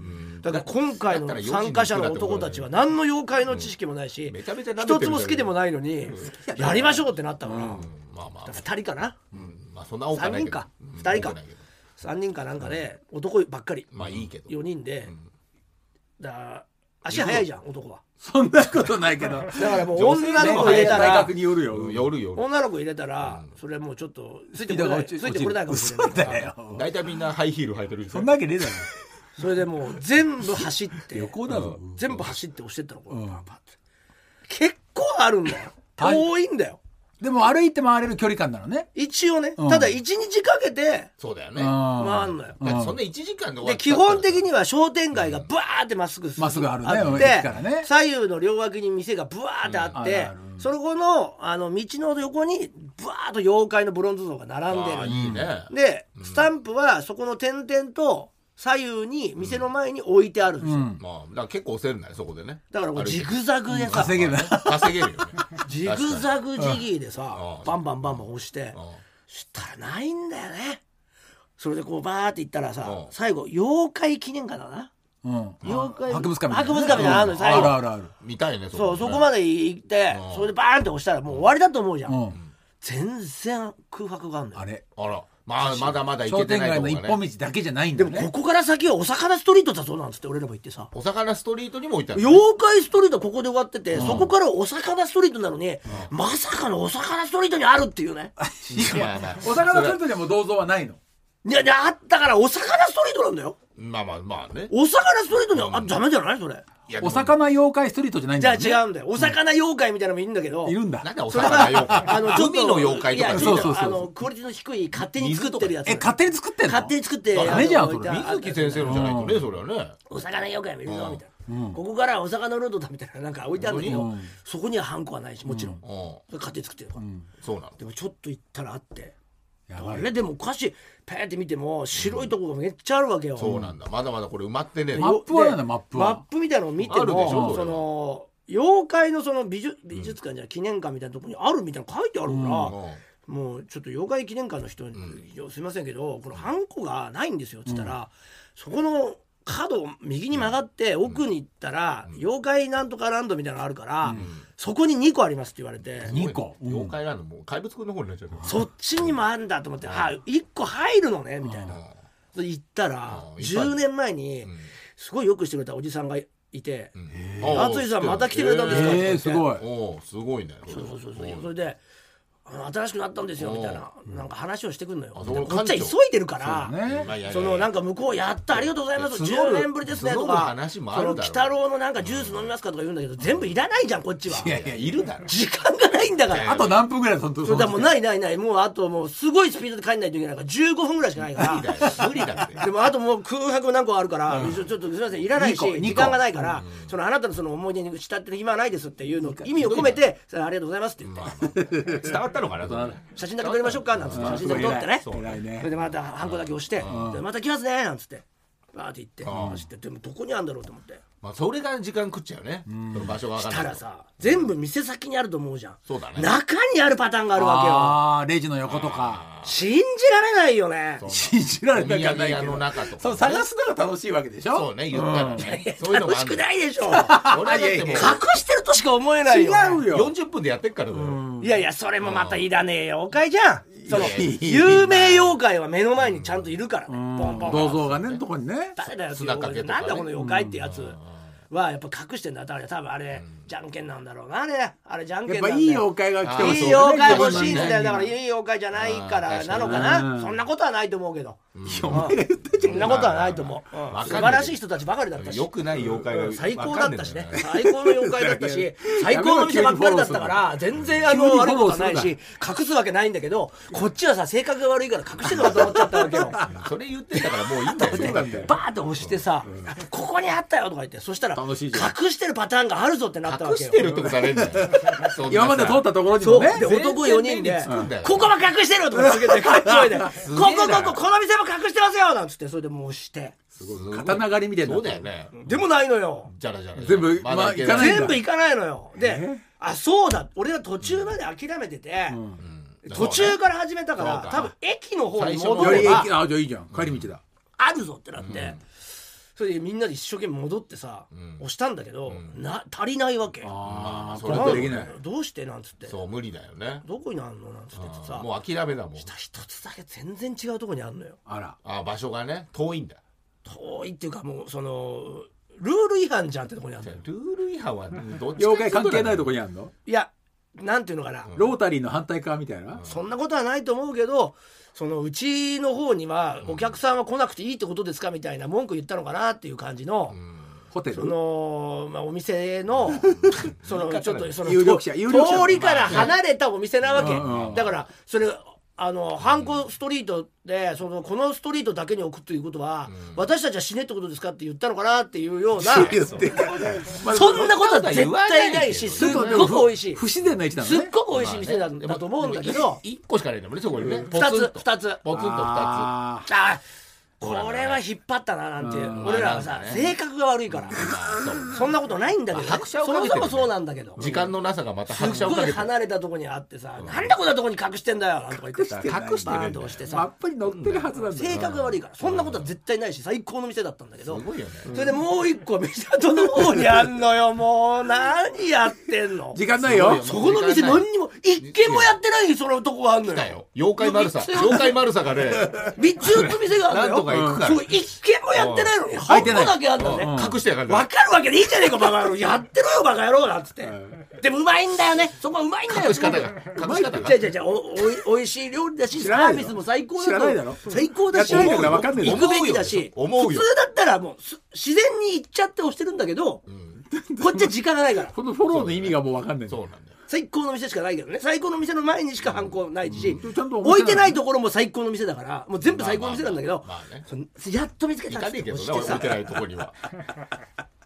だから今回だったのら4時に参加者の男たちは何の妖怪の知識もないし、めちゃめちゃ舐めてる一つも好きでもないのに、やりましょうってなったから、うんまあまあ2人かなうんまあそんな多くはないけど三人かうん二人か多くはないけど3人かなんかで、男ばっかりまあいいけど4人で、だから足早いじゃん男はそんなことないけどだからもう女性女の子の方が入早れいた大ら学によるようん夜夜女の子入れたら、それはもうちょっとついてこれないスつピードが落ちいてこれないかもしれない嘘だよ大体みんなハイヒール履いてるでしょそんなわけねえだろそれでもう全部走って旅行だぞ全部走って押してったのこれ、パンパンって結構あるんだよはい遠いんだよでも歩いて回れる距離感なのね一応ね、うんただ1日かけてそうだよね回るまのよ、だってそんな1時間で終わでっ基ちゃったら本的には商店街がブワーってまっすぐまっすぐあるねあっ駅からて、ね左右の両脇に店がブワーってあって、うんあるあるその後のあの道の横にブワーっと妖怪のブロンズ像が並んであるあいいねで、スタンプはそこの点々と左右に店の前に置いてあるんですよ、まあだから結構押せるんだよそこでねだからこうジグ歩いてザグでさ、稼げるな 稼げるよねジグザグジギーでさうんバンバンバンバン押してうんしたらないんだよねそれでこうバーっていったらさうん最後妖怪記念館だなうん妖怪博物館みたいな博物館みたいなのあるのよ最ある後あるある見たいねそうそこでまで行ってうんそれでバーンって押したらもう終わりだと思うじゃうんん全然空白があんのあよれあらまあまだまだ行け商て店ない街とこのがね一本道だけじゃないんでだもねここから先はお魚ストリートだそうなんつって俺らも言ってさお魚ストリートにも置いてある妖怪ストリートはここで終わっててそこからお魚ストリートなのにまさかのお魚ストリートにあるっていうねいやまあお魚取る時はもう銅像はないのいやいやあったからお魚ストリートなんだよまあまあまあねお魚ストリートにあダメじゃないそれいやでもお魚妖怪ストリートじゃないんじゃだあよ、ね、違うんだよお魚妖怪みたいなのもいいんだけどいるんだなんだお魚妖怪 あのちょっと海の妖怪といかやねちょっとそうそうそうあのクオリティの低い勝手に作ってるやつえ勝手に作ってんの勝手に作ってダメじゃんあのそれ置いてあ水木先生のじゃないとねそれはねお魚妖怪もいるぞみたいな、うんここからはお魚ルートだみたいななんか置いてあるんだけど、うんそこにはハンコはないしもちろん、うそれん勝手に作ってるから、そうなのでもちょっと行ったらあってやあばいれでもお菓子ペーって見ても白いとこがめっちゃあるわけよ、そうなんだまだまだこれ埋まってねえでマップはあるんだマップはマップみたいなのを見てあるでしょもそれそはの妖怪のその美術美術館じゃない記念館みたいなところにあるみたいなの書いてあるから、うもうちょっと妖怪記念館の人に、すいませんけどこのハンコがないんですよっつったら、そこの角を右に曲がって奥に行ったら、妖怪なんとかランドみたいなのがあるから、そこに2個ありますって言われて、ん2個、うん妖怪なのもう怪物くんの方になっちゃったそっちにもあるんだと思って、あ1個入るのねみたいな、で行ったら、うん10年前にうんすごいよくしてくれたおじさんがいてうん「淳、さんまた来てくれたんですか?」とかえ言えってすごいおーすごいねそうそうそうそううんそれであの新しくなったんですよみたいななんか話をしてくんのよあそここのっちは館急長いでるからそうだねまあいやいやいやそのなんか向こうやったありがとうございます募10る年ぶりですねと募るか話そもあるだのろう鬼太郎のなんかジュース飲みますかとか言うんだけど全部いらないじゃんこっちはいやいやいるだろ時間がないんだかいらやあと何分ぐらいだそのそれだもういないないないもうあともうすごいスピードで帰んないといけないから15分ぐらいしかないか無理だらよ無理だってでもあともう空白も何個あるから、ちょちょっとすみませんいらないし二個二個時間がないから、そのあなたのその思い出に打ち立てて暇はないですっていうの意味を込めてそれありがとうございますって言ってまあまあ伝わったのかなそれ写真だけ撮りましょうかなんつって写真だけ撮ってねそ偉れいねでまたハンコだけ押して「でまた来ますね」なんつってバーって行ってん走ってでもどこにあるんだろうと思ってまあそれが時間食っちゃうねその場所が分かんたならいとさ全部店先にあると思うじゃんそうだね中にあるパターンがあるわああレジの横とかけよ信じられないよね信じられおな土きゃな産い屋けどの中とかそう探すのが楽しいわけでしょそうね言ったらねそういう楽のもあしんのくないでし ょ俺はだってもう隠してるとしか思えない違ようよ40分でやってっからだよいやいやそれもまたいらねえ妖怪じゃんそのいやいや有名妖怪は目の前にちゃんといるからねポンポン銅像がねとこにね誰だよっていう砂かけとかねなんだこの妖怪ってやつはやっぱ隠してんだだから多分あれ、じゃんけんなんだろうなあれあれじゃんやけっんなぱんだよいい妖怪が来てほしいいいよ妖ね怪欲しいんだよ自分のだ中からいにい妖怪じゃないからなのかうなそそうんなことはないと思うけど、いやお前が言ってんじそんなことはないと思う、うんわかんない素晴らしい人たちばかりだったしよくない妖怪が最高だったしねわかん最ね高の妖怪だったし最高の店ばっかりだったから全然あ急にのフォあれロとーかするなないし隠すわけないんだけどこっちはさ性格が悪いから隠してるのかと思っちゃったわけよえんだよそれ言ってたからもういいんだよ そうなんだよバーって押してさ、ここにあったよとか言ってそしたら楽しいじゃん隠してるパターンがあるぞってなったわ隠けよしてるってことはねえんだよそんなさ 今まで通ったところにそもう、ねで男4人で全然目につくんだよ「ここは隠してる!」とかつけてかっこいいで「こ すげこえなこここの店も隠してますよ!」なんつってそれでもう押して刀狩りみたいなそうだよねでもないのよじゃらじゃら全部まだいけまあないいかないんだ全部行かないのよであそうだ俺は途中まで諦めてて、途中から始めたから、そうか多分駅の方に最初戻のよりれ駅ばあじゃあいいじゃん帰り道だあるぞってなって、それでみんなで一生懸命戻ってさ、押したんだけど、な足りないわけああそこれれははできないどうしてなんつってそう無理だよねどこにあんのなんつってってさもう諦めだもん下一つだけ全然違うとこにあんのよあらあ場所がね遠いんだ遠いっていうかもうそのルール違反じゃんってとこにあるのよルール違反はどっち妖怪関係ないとこににあんのいやなんていうのかな、ロータリーの反対側みたいなそんなことはないと思うけどそのうちの方にはお客さんは来なくていいってことですかみたいな文句言ったのかなっていう感じの、ホテルその、まあ、お店のそのちょっとその有力者と有力者通りから離れたお店なわけ、うんうんだからそれあのハンコストリートでそのこのストリートだけに置くということは、私たちは死ねってことですかって言ったのかなっていうようなそんなことは絶対ないしすっごく美味しい不自然な位置なのすっねごく美味しい店だだと思うんだけど1個しかないんだもんねそこにね2つ2つポツンと2ああーこれは引っ張ったななんて俺らはさうん性格が悪いからそんなことないんだけどね拍車をそかもけてるそもそうなんだけどつ時間のなさがまたす拍っ車をごかいけて離れたとこにあってさなんでこんなとこに隠してんだよなんとか言ってさ隠してバーるンんだとよ押してあマッさプに載ってるはずなんだよ性格が悪いからそんなことは絶対ないし最高の店だったんだけどすごいよねそれでもう一個港の方にあんの よもう何やってんの時間ないよそこの店何にも一軒もやってないそのとこがあんのだよよ妖怪マルサ三つ妖怪マルサがね三つ四つ店があなるんのよとかが行くから、そう一件もやってないのに開半い個てないだけあったねうんわ隠してやがるかるわけでいいじゃねえかバカ野郎やってろよバカ野郎だっつってでもうまいんだよねそこはうまいんだよ隠し方が隠し方がじゃじゃじゃおおいおいしい料理だし知サらないーよビスも最高知だらとないだろ最高だしやってないから分かんねえだ行ろくべきだし思うよ思う普よ通だったらもうす自然に行っちゃって押してるんだけど、こっちは時間がないからこのフォローの意味がもう分かんないんだそうよなんだよ最高の店しかないけどね最高の店の前にしか犯行ないし、うんちゃんとお店なの置いてないところも最高の店だからもう全部最高の店なんだけど、まあまあまあまそのやっと見つけ行たかねえけどな押置いてしてないとこ には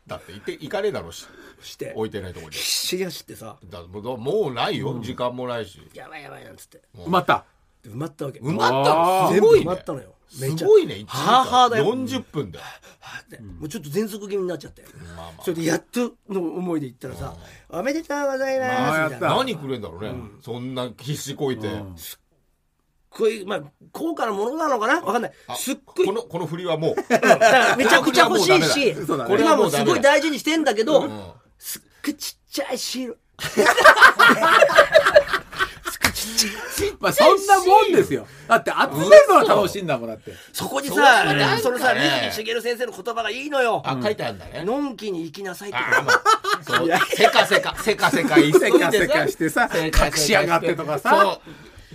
だって行って行かねえだろうしして置いてないとこに必死に走ってさだもうもうないよ、時間もないしやばいやばいなんつって埋まったで埋まったわけ埋まったのす全部ごい埋まねったのよめちすゃごいね1時はあはあだよ40分だよ、はあってもうちょっと喘息気味になっちゃってまあまそれでやっとの思いで言ったらさ「おめでとうございます」みたいまなあやあっ何くれんだろうね、そんな必死こいて、こういうまあ高価なものなのかなわかんないあすっごいこのこの振りはもうだからめちゃくちゃ欲しいしこれはもうダメだそうだねこれはもうすごい大事にしてんだけ どんすっごいちっちゃいシールまあそんなもんですよだって集めるのは楽しいんだもんだってそこにそうだねさそのなさんかね水木しげる先生の言葉がいいのよあ書いてあるんだね、のんきに行きなさいってああもうそうせかせかせかせか言い せかせかしてさ隠し上がってとかさ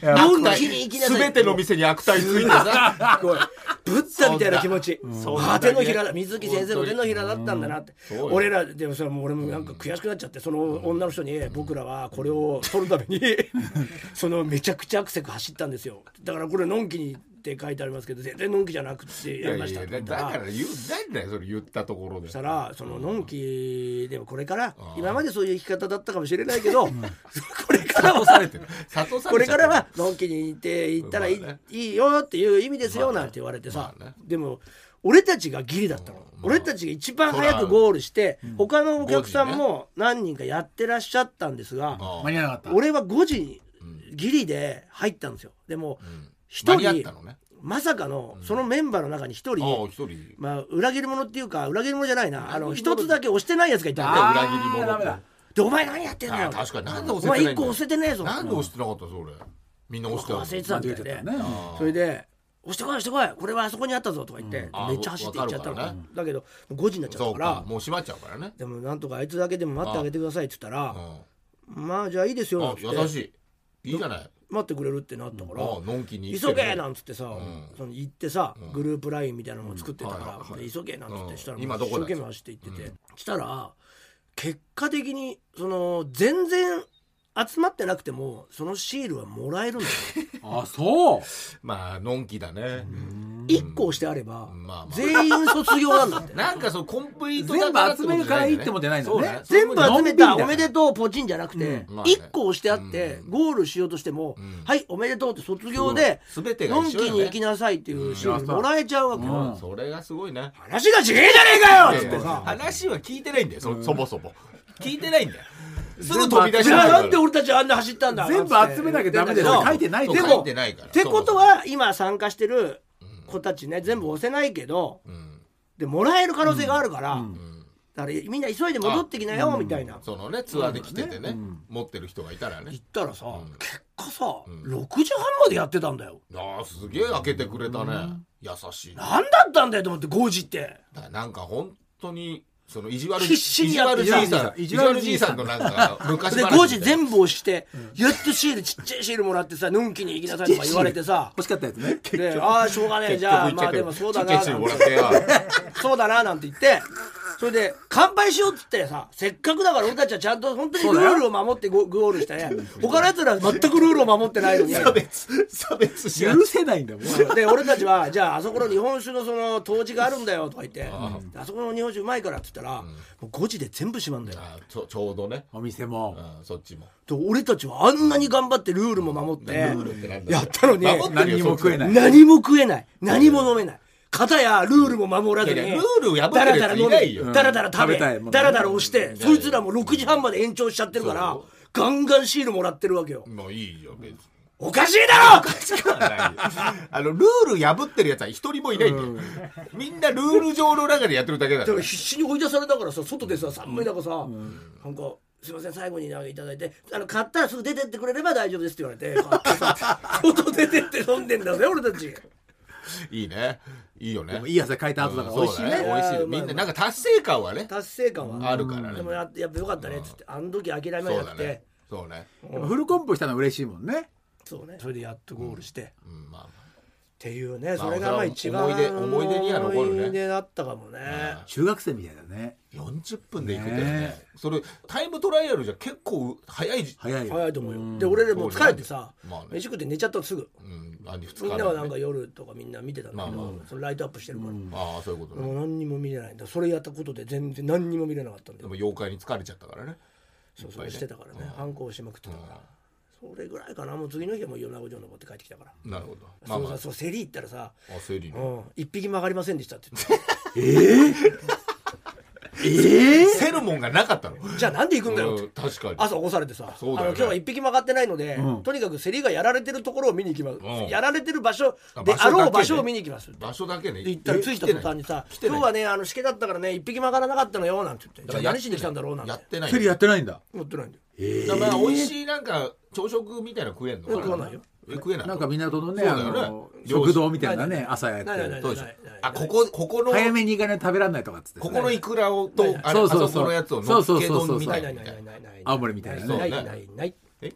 のんきに行きなさいべての店に悪態ついて さすごいブッダみたいな気持ちそんなあ手のひらだ水木先生の手のひらだったんだなってうんそうよ俺らでもそれもう俺もなんか悔しくなっちゃってその女の人に僕らはこれを取るために そのめちゃくちゃアクセク走ったんですよだからこれのんきにって書いてありますけど全然のんきじゃなくていややりいやましたいやって言だったからら言うんだよそれ言ったところでしたらそののんきでもこれから今までそういう生き方だったかもしれないけど これから諭されはてる諭されこれからちゃっはのんきにいて行ったらいい,、まあねいいよっていう意味ですよなんて言われてさ、まあねでも俺たちがギリだったの、俺たちが一番早くゴールして、他のお客さんも何人かやってらっしゃったんですが、てるああ間に合わなかった俺は5時にギリで入ったんですよでも一間に合っ人たのねまさかのそのメンバーの中に一人、ああ一人でまあ、裏切り者っていうか裏切り者じゃないなあの一つだけ押してないやつがいたのあー裏切り者ダメだで「お前何やってんだあよ」あ確かになんでお押せ前てない1個押せてねえぞ」なんで押してなかったそれみんな押してたの忘れて間たん違だえよねちゃったねそれで「押してこい押してこいこれはあそこにあったぞ」とか言ってうんめっちゃ走って行っちゃったのあわかるからねだけど5時になっちゃっそたうからかもう閉まっちゃうからねでもなんとかあいつだけでも待ってあげてくださいって言ったらう「まあじゃあいいですよ」んなあんつって優しいいいじゃない待ってくれるってなったからああのんき「に急げ!」ななんつってさんその行ってさグループラインみたいなのを作ってたうんかはいら「で急げ!」なんつっうんてしたら今もどうこ一だ生懸命走って行っててしたら結果的にその全然集まってなくてもそのシールはもらえるんだよあそうまあのんきだね1個押してあればまあまあ全員卒業なんだってなんかそのコンプリート全部集めるからいいってもんでじゃないのね全部集めたのんびりだおめでとうポチンじゃなくてうんまあね一個押してあってゴールしようとしてもんはいおめでとうって卒業でそう全てがのん一き緒よねに行きなさいっていうシールもらえちゃうわけよそれがすごいね話が違えじゃねえかよっつってさ話は聞いてないんだよそそもそも聞いてないんだよすぐ飛び出しじてくゃあるなんで俺たちあんな走ったんだ全部集めなきゃダメですそうよ書いてないそうで書いもてないからってことそうは今参加してる子たちね全部押せないけどそううんでもらえる可能性があるからだからみんな急いで戻ってきなよみたいなそのねツアーで来ててね持ってる人がいたらね行ったらさ結果さん6時半までやってたんだよああすげえ開けてくれたね優しいだか何だったんだよと思って5時ってらなんか本当にその意地悪必死にやって意地悪じいさん意意地地悪悪じじいいささんんのな んか昔で話5時みたいな全部押してやっとシールちっちゃいシールもらってさのんきに行きなさいとか言われて さ欲しかったやつねでああしょうがねえじゃあ結局ま行っあちゃっでてもそうだるチなケットなんもらっててよ そうだななんて言ってそれで乾杯しようっつってさせっかくだから俺たちはちゃんと本当にルールを守ってゴゴールしてね他のやつら全くルールを守ってないの に差別差別し合っ許せないんだもんで俺たちは「じゃああそこの日本酒のその当時があるんだよ」とか言って「あそこの日本酒うまいから」っつったらもう5時で全部閉まんだよあちょちょうどね、お店もうん、そっちもと俺たちはあんなに頑張ってルールも守ってってなんだやったのに守ってる何よにも食えない何も食えない何も飲めない片やルールも守らずにいやいやルールを破ってるやついないよだらだら食べうん食べたいもんねだらだら押してそいつらも6時半まで延長しちゃってるからそうガンガンシールもらってるわけよもういいよ別におかしいだろ あのルール破ってるやつは一人もいないんだよ、みんなルール上の中でやってるだけだでかもら必死に追い出されたからさ外でさ寒い中さ、なんか「すいません最後になんかいただいてあの買ったらすぐ出てってくれれば大丈夫です」って言われて買ってさ外出てって飲んでんだぜ俺たちいいねいいよねでもいい汗かいた後だから美味しいね,、うんそうだ美味しいまあよみんななんか達成感はね達成感はあるからねでもややっぱよかったねっつってあの時諦めなそうくだて、ねそうねでもフルコンプしたのは嬉しいもんねそうねそれでやっとゴールして、っうんまあまていうねまあそれがまあ一番思い出思い出には残るね思い出だったかもね、中学生みたいだねあ40分で行くってねねそれタイムトライアルじゃ結構早いじ早いよ早いと思うよ、で俺でもう疲れてさ、そうねまあね飯食って寝ちゃったのすぐうんあ2日みんなはなんかね夜とかみんな見てたんだけど、まあそのライトアップしてるから、ああそういうこともうね何にも見れないんだそれやったことで全然何にも見れなかったんだでよも妖怪に疲れちゃったからねそういそっぱいねうしてたからね反抗しまくってたから、それぐらいかなもう次の日はもう夜中城登って帰ってきたから、なるほどまそあうまさあそうセリ行ったらさあセ「リうのん一匹も上がりませんでした」って言ってええセルモンがなかったのじゃあなんで行くんだよってうん確かに朝起こされてさ、あそうのだよね今日は一匹も上がってないので、うんとにかくセリがやられてるところを見に行きます、んやられてる場所あで場所だけあねろう場所を見に行きます場所だけねで行ったら着いた途端にさ来「てない今日はねあのしけだったからね一匹も上がらなかったのよ」なんて言って「じゃあ何しに来たんだろう」なんてやってないセリやってないんだ持ってないんだよえだからまあ美味しいなんか朝食みたいなの食えんのかな食わないよえ食えないなんか港のねそうあだよねの食堂みたいなね朝やってないないなるいなどういでしょなういないあここここの早めに行かないと食べられないとかっつってここのイクラをとあそのうあそうそうそこのやつをのっけ丼みなたないいななないいないないない青森みたいなねないないそうねないないえ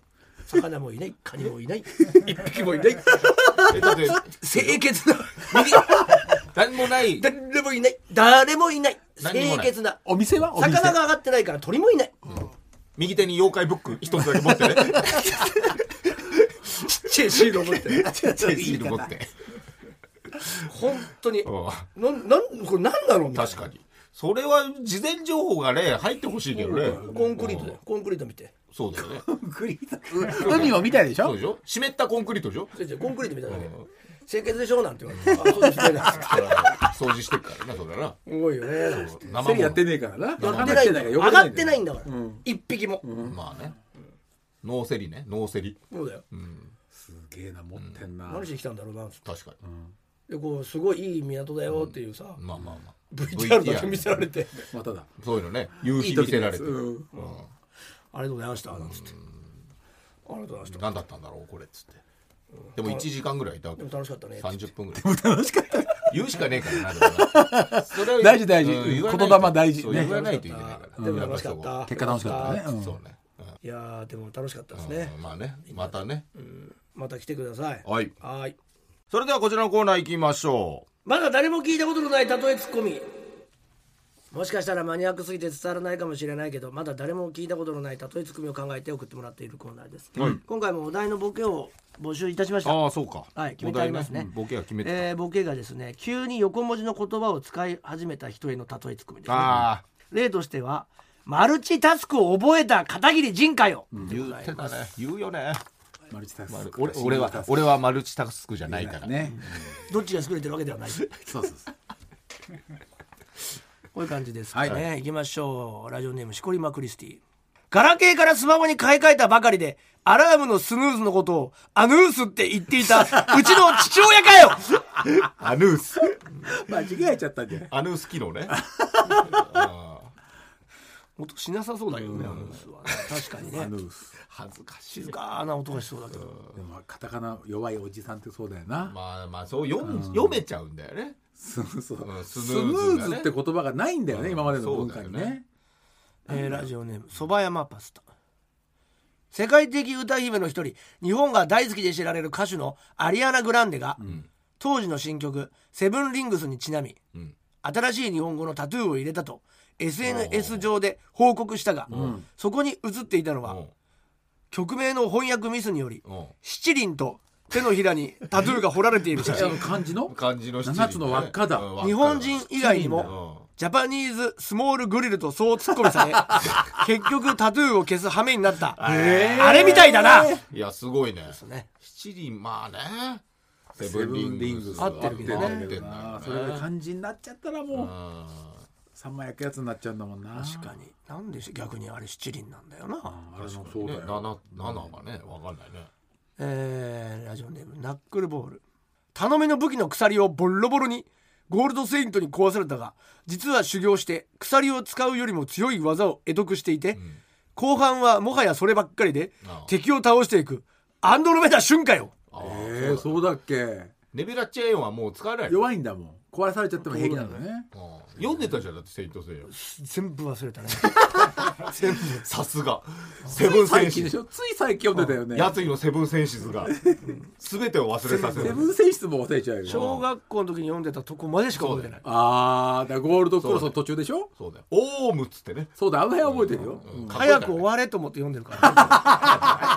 魚もいないカニもいない一匹もいないえだって清潔な何もない誰もいない誰もいない何に清もない潔なお店はお店魚が上がってないから鳥もいない右手に妖怪ブック一つだけ持ってね チェシーの持ってちっちゃいシール持って本当にうなんなんこれ何なのみんたいな確かにそれは事前情報がね入ってほしいけどねコンクリートだうんよコンクリート見てそうだよねグリーン海も見たいでしそうょでしょ湿ったコンクリートでしょ先生コンクリート見ただけ清潔でしょなんて言われてあそうですねなんてそれは掃除してっからなそうだなすごいよねなんて言って 生セリやってねえからなややってないんだよ上がってないんんだから一匹もまあねノーセリねノーセリそうだよすげえな持ってんな何しに来たんだろうなつって確かにでこうすごいいい港だよっていうさまあまあまあ VTR だけ見せられてまただそういうのね夕いい日見時せのらやれつてうあんりがとうございましたなんつってありがとうございました何だったんだろうこれっつってでも1時間ぐらいいたわけでも楽しかったね30分ぐらいでも楽しかった言うしかねえからなでもなそれは大事大事うん言わないと言霊大事そうね言わないといけないからでも楽しかったやぱ結果楽しかったねりうんそうそうねいやーでも楽しかったですうんねうんまあねまたねまた来てくださいはいはーいそれではこちらのコーナー行きましょまだ誰も聞いたことのない例えツッコミもしかしたらマニアックすぎて伝わらないかもしれないけどまだ誰も聞いたことのない例えツッコミを考えて送ってもらっているコーナーです、今回もお題のボケを募集いたしましうたああそうかはい決めてありますねお題うんボケは決めてえーボケがですね急に横文字の言葉を使い始めた人への例えツッコミです、ね、ああ例としてはマルチタスクを覚えた片桐仁かよ、言ってたね言うよねマルチタスク俺俺は俺はマルチタスクじゃないからねどっちが優れてるわけではないそうそうそうこういう感じですかね、、はいきましょうラジオネームしこりまクリスティガラケーからスマホに買い替えたばかりでアラームのスヌーズのことをアヌースって言ってい たうちの父親かよアヌース間違えちゃったんじゃないアヌース機能ね音しなさそうだけどねアヌースはね確かにあのね恥ずかしい静かな音がしそうだけどでもカタカナ弱いおじさんってそうだよな、まあまあそう読む読めちゃうんだよねそうそう、うんススヌヌーーズがねズって言葉がないんだよね、うん今までの文化にねそうだよねえーラジオネームそば山パスタ世界的歌姫の一人日本が大好きで知られる歌手のアリアナ・グランデが、当時の新曲「セブンリングス」にちなみ、ん新しい日本語のタトゥーを入れたと SNS 上で報告したが、そこに映っていたのは、うん曲名の翻訳ミスにより、うん七輪と手のひらにタトゥーが彫られている写い やあ真の漢字の感じの七輪七つの輪っかだうん輪っ日本人以外にうもんジャパニーズスモールグリルとそう突っ込みされ 結局タトゥーを消す羽目になったあれみたいだな、いやすごいねね七輪まあねセセブンリングス合ってるけどね合ってんだよねそれが漢字になっちゃったらもう、うん三枚焼くやつになっちゃうんだもんな確かになんで逆にあれ七輪なんだよな、あれもそうねだよ、七七がねわかんないねえーラジオネームナックルボール頼みの武器の鎖をボロボロにゴールドセイントに壊されたが実は修行して鎖を使うよりも強い技を得得していて、後半はもはやそればっかりでああ敵を倒していくアンドロメダ瞬間よああえー、そうだっけネビュラチェーンはもう使わないよ弱いんだもん壊されちゃっても平気なんだねうん読んでたじゃんだってセイントセイヤ全部忘れたねさすがセブンセ最ンシ近でしズょつい最近読んでたよねやついのセブンセンシズ が全てを忘れさせセるブン選出も忘れちゃうよ小学校の時に読んでたとこまでしか覚えてないあーだからゴールドクロスの途中でしょそうだよオウムっつってねそうだあの辺は覚えてるようんかっこいいか早らく終われと思って読んでるか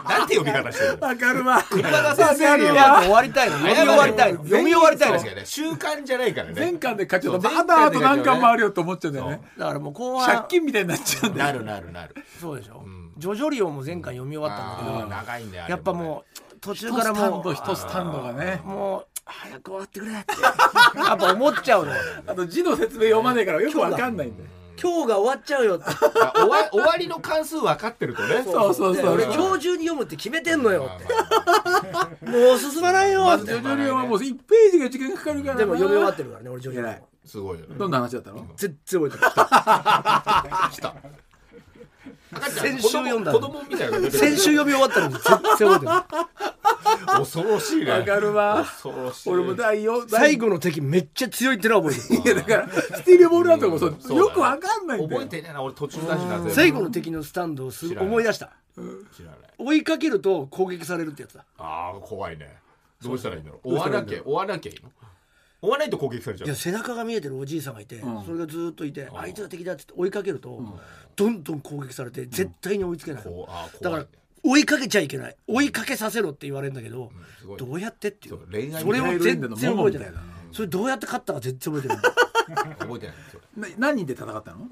らなんて呼び方してるのわかるわが先生より早く終わりたいの読み終わりたいの読み終わりたいの確かにね習慣じゃないからね全巻で買っちゃうとそうまだあと何全巻で買っちゃうね巻もあるよと思っちゃうんだよねだからもう後借半金みたいになっちゃうんだよなるなるなるそうでしょんジョジョリオも前回読み終わったんだけあー長いんだよあどれやっぱもう途中一かスらタもンうド一スタンドがねもう早く終わってくれってやっぱ思っちゃうのあと字の説明読まねえからよくわかんないんだよ今日が終わっちゃうよってあ終わ 終わりの関数分かってるとねそうそうそう俺そう今日中に読むって決めてんのよってまもう進まないよまっずてジョジョリオはもう1ページが時間かかるからなでも読み終わってるからね俺ジョジョリオ偉いあすごいよねどんな話だったの全然覚えてない赤ちゃん先週読んだの子供子供みたいなの出てくる先週読み終わったのに全然覚えてない恐ろしいねわかるわ恐ろしい俺も第4最後の敵めっちゃ強いってのは覚えてるいやだからスティールボールアウトもそううんそうだねよくわかんないんだ覚えよてねえな俺途中だしな全 部最後の敵のスタンドをす知らない思い出した知らない追いかけると攻撃されるってやつだああ怖いねどうしたらいいんだろう追わなきゃ追わなきゃいいの追わないと攻撃されちゃいやう背中が見えてるおじいさんがいて、それがずーっといて、あいつが敵だって言って追いかけると、どんどん攻撃されて絶対に追いつけない、こうあーだか怖いらね追いかけちゃいけない追いかけさせろって言われるんだけど、すごいどうやってっていうそう恋愛それを全然覚えてない恋愛のエンドのモモみたいだなそれどうやって勝ったか全然覚えてない覚えてないそれな何人で戦ったの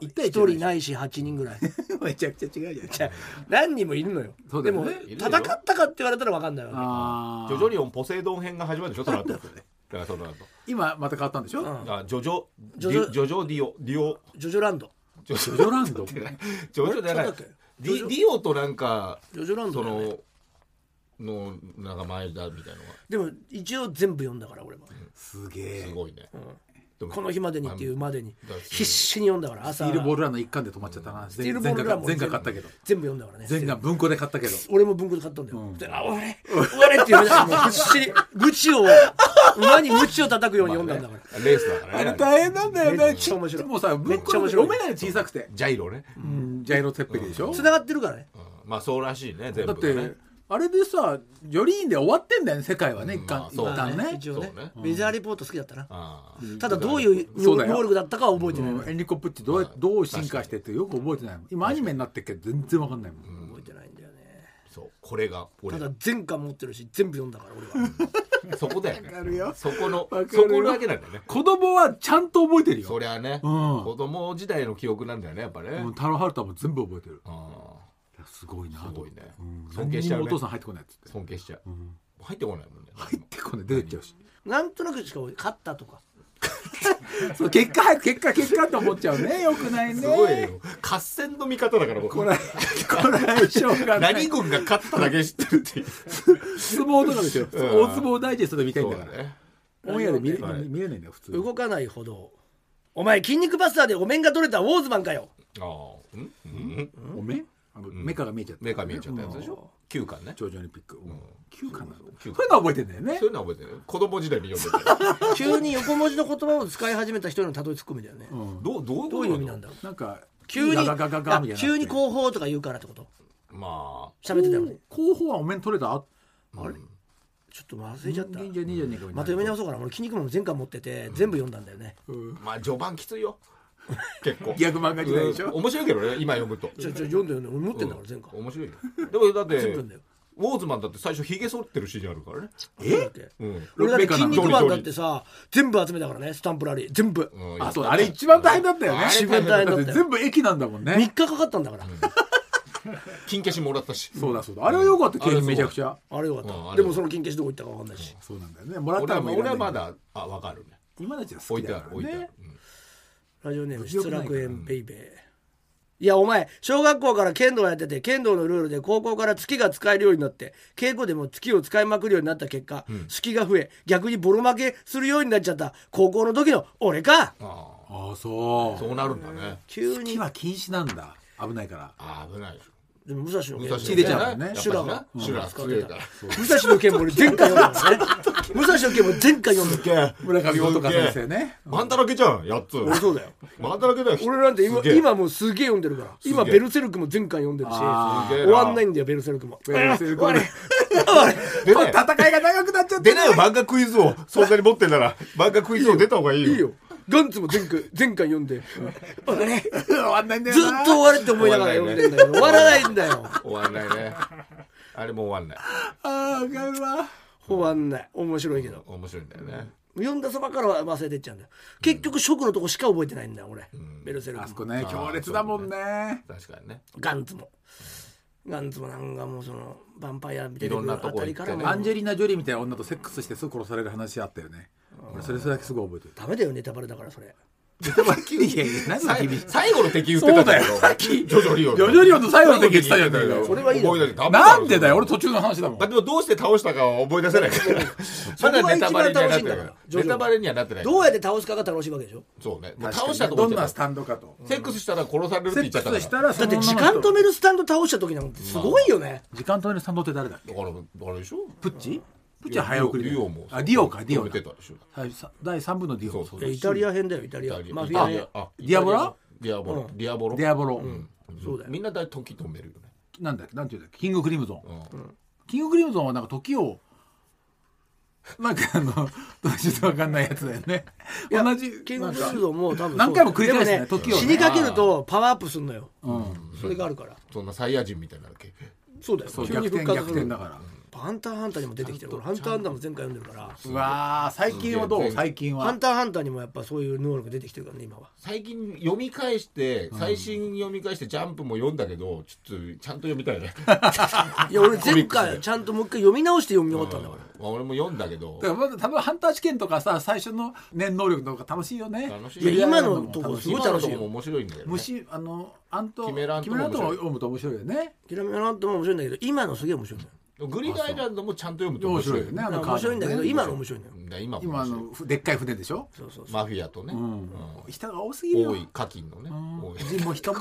一一対一じゃ人ないでしょないし8人ぐらい めちゃくちゃ違うじゃんじゃあ何人もいるのよそうだでよもねいる戦よったかって言われたら分かんないわあジョジョリオンポセイドン編が始まるでしょその後だからその後今また変わったんでしょ、ジあジョジョジジョョジジョョジョディオディオけジョジョランドジョジョョジョランドジョジョじゃないあれそうだっけディディオとなんかジョジョランドそだよねののなんか前だみたいなのがでも一応全部読んだから俺はすげえすごいねでもこの日までにっていうまでにだから必死に読んだからス朝ティールボールランの一巻で止まっちゃったなスティールボ前前ールラ回も前回買ったけど全部読んだからね前回文庫で買ったけど俺も文庫で買ったんだよ、であ終われ終われって言われたらもう必死 に愚痴を馬に愚痴を叩くように読んだんだから、レースだからね大変なんだよめっちゃ面白いでもさめっ文ちゃ庫面白でい読めないの小さくて、ジャイロねうん、ジャイロ鉄壁でしょ、繋がってるからねうんまあそうらしいね全だ部っがねてあれでさジョリーンで終わってんだよね世界はねま一巻あ一そうだ旦ね一応ねそうねウェザーリポート好きだったな、ああただどういうそうだよ能力だったかは覚えてない、うんエンリコプッチどうやどう進化してってよく覚えてないもん今アニメになってっけど全然わかんないもん、覚えてないんだよねそうこれが俺たらだ全巻持ってるし全部読んだから俺はそこだよねるよそこのわかるそよこだけなんだよね子供はちゃんと覚えてるよそりゃねうん子供時代の記憶なんだよねやっぱねもうタロハルタも全部覚えてるうんすごいなすとご思いってねうん尊敬しちゃうね何にもお父さん入ってこないっつって尊敬しちゃう入ってこないもんね入ってこない出てっちゃうしなんとなくしか勝ったとかそう結果早く結果結果と思っちゃうねよくないねすごいよ合戦の見方だからこ僕らえこらえしょうがない何軍が勝っただけ知ってる っていう相撲とかでしょん大相撲ダイジェストで見たいんそうだだから、ねオンエアで見れ,、はい見れないんだよ普通動かないほどお前筋肉バスターでお面が取れたウォーズマンかよああうんうんおめあのメカが見えちゃった、目が見えちゃったやつでしょょ9巻ね頂上オリンピック、うん、9かなそうい九うの覚えてんだよねそういうのは覚えてる子供時代に読んで た急に横文字の言葉を使い始めた人へのたどり突っ込みだよね、どうどういうどうこという意味なんだろうなんか急にガガガガガみたあいな急に後方とか言うからってことま喋ってたよね候補はお面取れたあああれちょっと忘れちゃった人間じゃねえかまた読み直そうかな俺筋肉マンも前回持ってて全部読んだんだよねまあ序盤きつい よ結構ギャグ漫画時代でしうんょ面白いけどね今読むとちょちょ読んだよね俺持ってんだから前回面白いよでもだっ全て部読んだよウォーズマンだって最初ヒゲ剃ってるシーンあるからねえうん俺だって筋ロックメーカーなの肉マンだってさ全部集めたからねスタンプラリー全部うんあそうあれ一番大変だったよねあれ一番大変だだっったてよ全部駅なんだもん3ね日かかったんだから金消しもらったしそうだそうだあれはよかった景品めちゃくちゃあれよかっうんたあれでもその金消しどこ行ったか分かんないしそうなんだよねもらっ俺たらはもう俺はまだあ分かるね今たちは好置きいてだあかる置らいてあるねうんラジオネーム物失欲ないから楽園ベイベーいやお前小学校から剣道やってて剣道のルールで高校から月が使えるようになって稽古でも月を使いまくるようになった結果、隙が増え逆にボロ負けするようになっちゃった高校の時の俺かああああそうそうなるんだね急に木は禁止なんだ危ないからああ危ないでしょでも武蔵の剣武蔵血出ちゃうもんねやっぱし修羅なが修羅が強いから。武蔵の剣も俺前回読んだんですね武蔵の剣も前回読んだ村上元香先生ねあんただけじゃん、8つ。俺そうだよあんただけだよ。俺なんて今すげえ今もうすげえ読んでるから今すげえベルセルクも前回読んでるしあーすげえ終なわんないんだよベルセルクもベルセルクもね終われ終わ出ない戦いが長くなっちゃっ出ないよ、漫画クイズを。そんなに持ってんなら、漫画クイズを出た方がいいれよ。いいよガンツも前回前回読んで終わんないんだずっよなと終われって思いながら読んでんだけど終わらないんだよ終わんないね。あれも終わんない。ああわかるわ終わんない面白いけど面白いんだよね。読んだそばからは忘れてっちゃうんだよ結局初句のとこしか覚えてないんだよ俺ベルセルあそクこもね強烈だもんね確かにね。ガンツもガンツもなんかもうそのヴァンパイアみたいいろんななとあこた行ってねりからもアンジェリーナ・ジョリーみたいな女とセックスしてすぐ殺される話あったよね俺それそれだけすごい覚え てるダメだよネタバレだからそれいやいや何の最響き最後の敵言ってたんだよ。そうだよさっきジョジョリオン。ジョジョリオンの最後の敵言ってたじゃん最後の敵言ってそれはいいよ覚えなきゃダメろなんでだよ俺途中の話だもんだってもうどうして倒したかは思い出せないから。 まだネタバレにはなってないから。ネタバレにはなってないから。どうやって倒すかが楽しいわけでしょそうね。もう確か倒にしたとこど行んっちゃなっスたタンドかとセックスしたら殺されるってセ言っッちゃクったスかしたら。らそだっのて女の時人間止めるスタンド倒した時なんてすごいよね時間止めるスタンドって誰だっけだからあれでしょプッチプッチは早送りだデュオもあディオかディオ止めだてたでしょはいさ第3部のディオそういやイタリア編だよイタリアマフィア編あディアボラディアボロディアボロディアボロ、そうだよみんな大体時止めるよねなんだっけなんていうんだっけキングクリムゾン、うんキングクリムゾンはなんか時をなんかあのどうしてわかんないやつだよね同じキングなんフかードも多分何回も繰り返すねでも時をね死にかけるとパワーアップするのようん、それがあるからそんなサイヤ人みたいになるけそうだよそう急逆に転復活逆する転だから、ハンターハンターにも出てきてる俺ハンターハンターも前回読んでるからうわー最近はどう最近ハはンターハンターにもやっぱそういう能力出てきてるからね今は最近読み返して最新読み返してジャンプも読んだけどちょっとちゃんと読みたいねいや俺コミ前ックスだ回よちゃんともう一回読み直して読み終わったんだからまあ俺も読んだけどだからまだ多分ハンター試験とかさ最初の念能力とか楽しいよね楽しいいや今のとこ楽すしいごい今の楽としいこもよ面白いんだけどね虫あのアントキメラントも面白いキメも読むと面白いよねキラメラントも面白いんだけど今のすげえ面白いのよグリーンアイランドもちゃんと読むと面面白白いいよよねねあのカード面白いんだけど今の面白いのよだから今も今面あ白いのふでっかい船でしょそうそうそうマフィアとねんう人が多すぎるんよ多い課金のね多い人も人も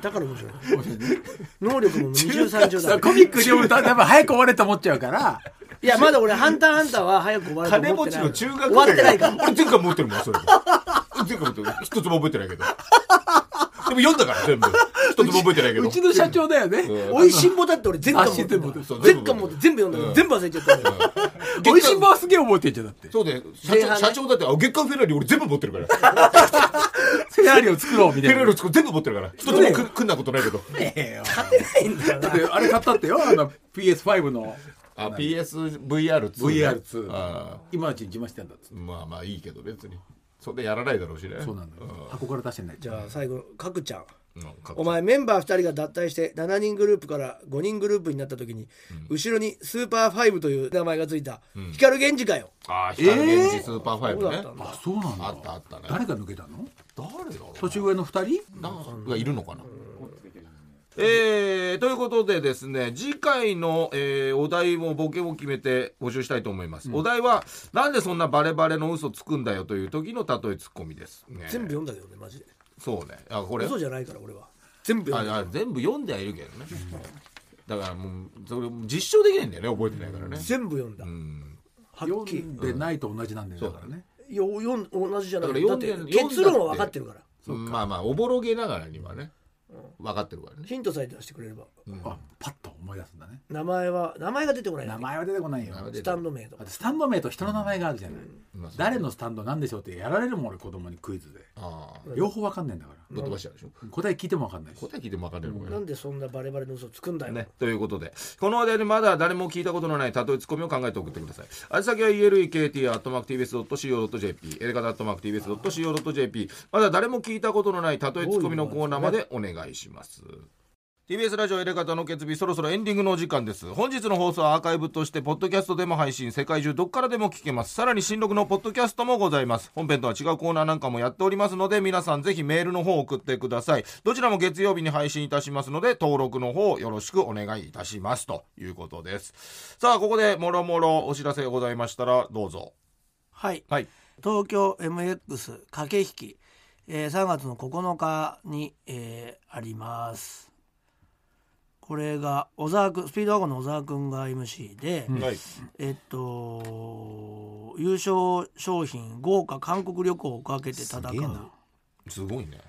だから面白い 能力も二重三重そだうコミックで読むと多分早く終われと思っちゃうからいやまだ俺「ハンターハンター」は早く終わると金思って持ちないの中学生終わってないから俺前回持ってるもんそれ前回持ってる一つも覚えてないけどでも読んだから全部一つも覚えてないけどうちの社長だよねうんおいしんぼだって俺全巻あ持ってんだって知んの全巻持って全部読んだけど全部忘れちゃったんだよおいしんぼはすげえ覚えてんじゃんだってそうだよ社前半長ね社長だってあ月刊フェラーリ俺全部持ってるからフフェラーリを作ろうみたェ いラーなリを作る全部持ってるから一つもく組んだことないけどねえよ 勝てないんだよだっなてあれ買ったってよあの PS5 のあ PSVR2 VR2 あ今のうちに自慢してんだっつってーまあまあいいけど別にそんなやらないだろうしねそうなんだよ箱から出してないじゃあ最後かくちゃんうんかお前メンバー2人が脱退して7人グループから5人グループになった時に、後ろにスーパーファイブという名前がついた、光源氏かよああ光源氏スーパーファイブそうだったんねだあそうなんだあったあったね誰が抜けたの誰だろうな年上の2人なんかがいるのかな。えーということでですね次回の、えーお題をボケを決めて募集したいと思います、お題は「なんでそんなバレバレの嘘つくんだよ」という時の例えツッコミです、ね、全部読んだけどねマジでそうねあこれ嘘じゃないから俺は全部あ読んだあ全部読んではいるけどねだからもうそれ実証できないんだよね覚えてないからね全部読んだ、うんはっき読りんでないと同じなんだよだからねよ読ん同じじゃないだからだっ読んてで読んだって結論は分かってるからまあまあおぼろげながらにはね分かってるからねヒントさえ出してくれればあパッと思い出すんだね名前は名前が出てこない名前は出てこないよ名前出スてタるンド名とだかってスタンド名と人の名前があるじゃない、まあそう誰のスタンドなんでしょうってやられるもん俺子供にクイズでああ両方わかんないんだかぶっ飛ばしちゃうでしょら答え聞いてもわかんないし答え聞いても分かれるもんねなんでそんなバレバレの嘘つくんだよ、ね、ということでこの話題でまだ誰も聞いたことのない例えツッコミを考えて送ってください宛先は elekt.tbs.co.jp エレカタ .tbs.co.jp まだ誰も聞いたことのない例えツッコミのコーナーまでお願いします TBS ラジオエレガタの決日そろそろエンディングのお時間です本日の放送はアーカイブとしてポッドキャストでも配信世界中どっからでも聞けますさらに新録のポッドキャストもございます本編とは違うコーナーなんかもやっておりますので皆さんぜひメールの方を送ってくださいどちらも月曜日に配信いたしますので登録の方よろしくお願いいたしますということですさあここでもろもろお知らせございましたらどうぞはいはい東京 MX 駆け引き、えー、3月の9日に、えーありますこれが小沢君スピードワゴンの小沢君が MC で、はいえっと優勝商品豪華韓国旅行をかけて戦すげえうなすごいね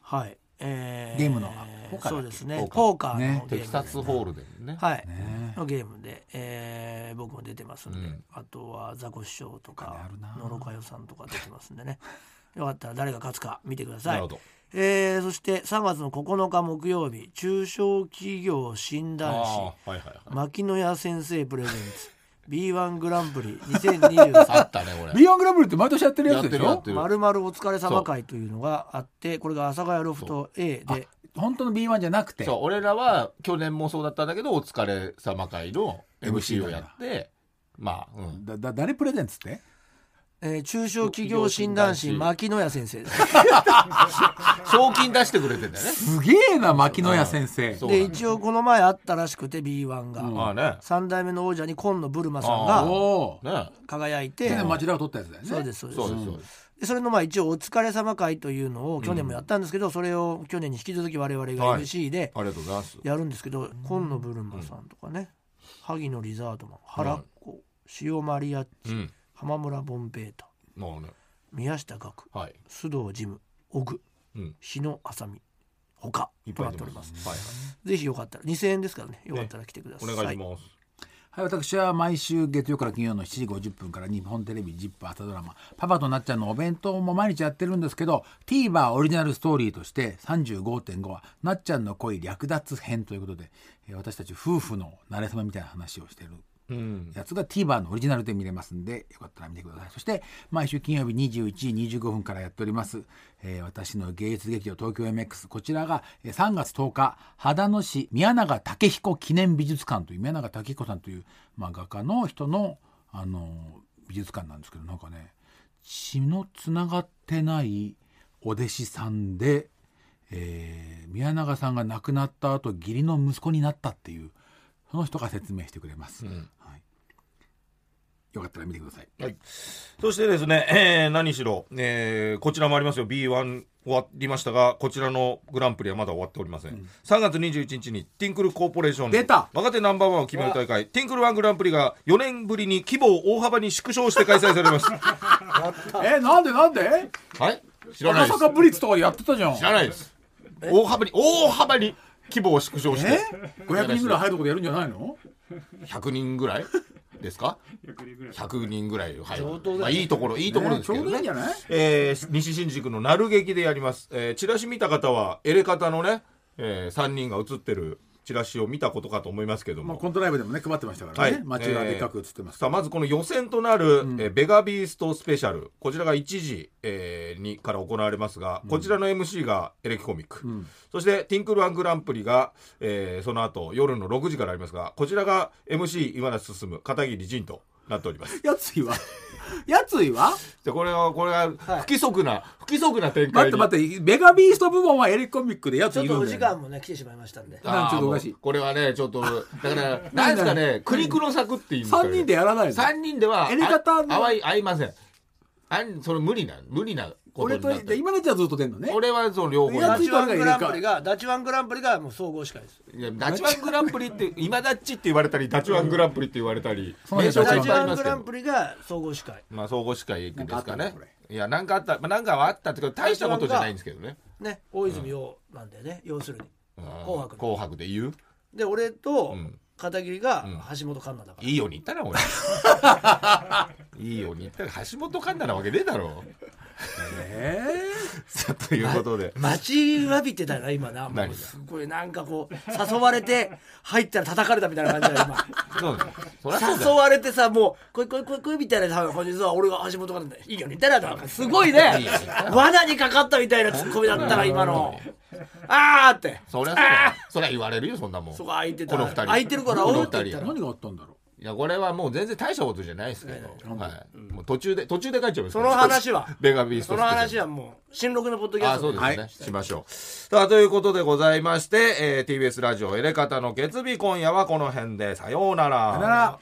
はい、えゲームのポカだっけそうですねポポーカーのねゲームテキサスホールでねはい、ねのゲームで、えー僕も出てますんで、うんあとはザコシショウと金あかるな野呂佳代さんとか出てますんでね よかったら誰が勝つか見てくださないるほどえーそして3月の9日木曜日中小企業診断士ああはいはいはい牧野屋先生プレゼンツ B1 グランプリ2023あったねこれ B1 グラブルって毎年やってるやつでしやっょてるまるまるお疲れ様会というのがあってこれが阿佐ヶ谷ロフト A で本当の B1 じゃなくてそう俺らは去年もそうだったんだけどお疲れ様会の MC をやってまあうんだだ誰プレゼンツってえー中小企業診断士牧野屋先生です賞金出してくれてんだよねすげえな牧野屋先生そうで一応この前あったらしくて B1 が、まあね3代目の王者に紺野ブルマさんあがおおね輝いて去年町田が取ったやつだよねそうですそうですそうですそうですでそれのまあ一応お疲れ様会というのを去年もやったんですけど、それを去年に引き続き我々がはい MC でありがとうございますやるんですけど、紺野ブルマさんとかね、萩野リザードマン原っ子、塩マリアッチ、うん浜村ボンペイタもうね宮下岳はい須藤ジム小具うん日野浅見他いっとぱないっ出ておりまますすはいぜひよかったら2000円ですからねよかったら来てください、はいお願いしますはい、私は毎週月曜から金曜の7時50分から日本テレビ ZIP 朝ドラマ「パパとなっちゃんのお弁当」も毎日やってるんですけど TVer オリジナルストーリーとして35.5話「なっちゃんの恋略奪編」ということで、えー私たち夫婦の馴れ初めみたいな話をしてるうんやつが TVer のオリジナルで見れますんでよかったら見てくださいそして毎週金曜日21時25分からやっております、えー私の芸術劇場東京 MX こちらがえー3月10日秦野市宮永武彦記念美術館という宮永武彦さんという、まあ、画家の人の、あのー美術館なんですけどなんかね血のつながってないお弟子さんで、えー宮永さんが亡くなった後義理の息子になったっていうその人が説明してくれます、はい、よかったら見てくださいはい、そしてですね、えー何しろ、えーこちらもありますよ B1 終わりましたがこちらのグランプリはまだ終わっておりません、3月21日にティンクルコーポレーション出た若手ナンバーワンを決める大会ティンクルワングランプリが4年ぶりに規模を大幅に縮小して開催されます はえなんでなんでい知らない赤です坂ブリッツとかでやってたじゃん知らないです大幅に大幅に規模を縮小してえ500人ぐらい入るとこでやるんじゃないの100人ぐらいですか100人ぐらい入る、まあ、いいところいいところねでちすょけうどどいいんじゃないえー西新宿のなる劇でやります、えーチラシ見た方はエレカタのね、え3人が写ってるチラシを見たことかと思いますけども、まあコントライブでもね配ってましたからね、はい街がでっかく映ってますさあまずこの予選となる、えーベガビーストスペシャルこちらが1時、えーにから行われますが、こちらの MC がエレキコミック、そしてティンクルワングランプリが、えーその後夜の6時からありますがこちらが MC 今田進片桐仁となっており ますやついはやついはでこれはこれは不規則な、不規則な展開待っにて待ってベガビースト部門はエレコミックでやつちょいっるんとおだよね時間もね来てしまいましたんでなんかちょっとおかあしいーもうこれはねちょっとだから何ですかね苦肉の策っていうんですかね3人でやらないの三人ではエレカタのあ合い合いませんあんそれ無理な無理なこと俺になとってる今のやつはずっと出んのね俺はその両方やダつチワングランプリがダチワングランプリがもう総合司会ですいやダチワングランプリって今ダッチって言われたりダチワングランプリって言われたりそうなんですよ名称ダいっチぱいあワりンまグすけラどンプリが総合司会まあ総合司会ですかなんねかあったのこいやなんかあったまあなんかはあったってけど大したことじゃないんですけどねね大泉洋なんだよね、要するにうん紅白紅白で言うで俺とん片桐が橋本環奈だから、いいように言ったな 俺いいように言ったら橋本環奈なわけねえだろえさあということで待ちわびてたな今なも何うがすごいなんかこう誘われて入ったら叩かれたみたいな感じだよ そうですそりゃそう今だ誘よわれてさもう「来い来い来い来い」みたいな感じでさ俺が橋本環奈で「いいよね」みたいななんかすごいねいいよね罠にかかったみたいなツッコミだったな今のあーってそりゃそうだよそりゃ言われるよそんなもんそこ空いてたこの二人空いてるからこおのうって二言った人ー、ら何があったんだろいやこれはもう全然大したことじゃないですけど、はい、もう途中で途中で帰っちゃいますその話はベガビーストその話はもう新録のポッドキャあスそトうでですね、しましょうさあということでございまして、えー TBS ラジオエレカタの月日今夜はこの辺でさようならうなら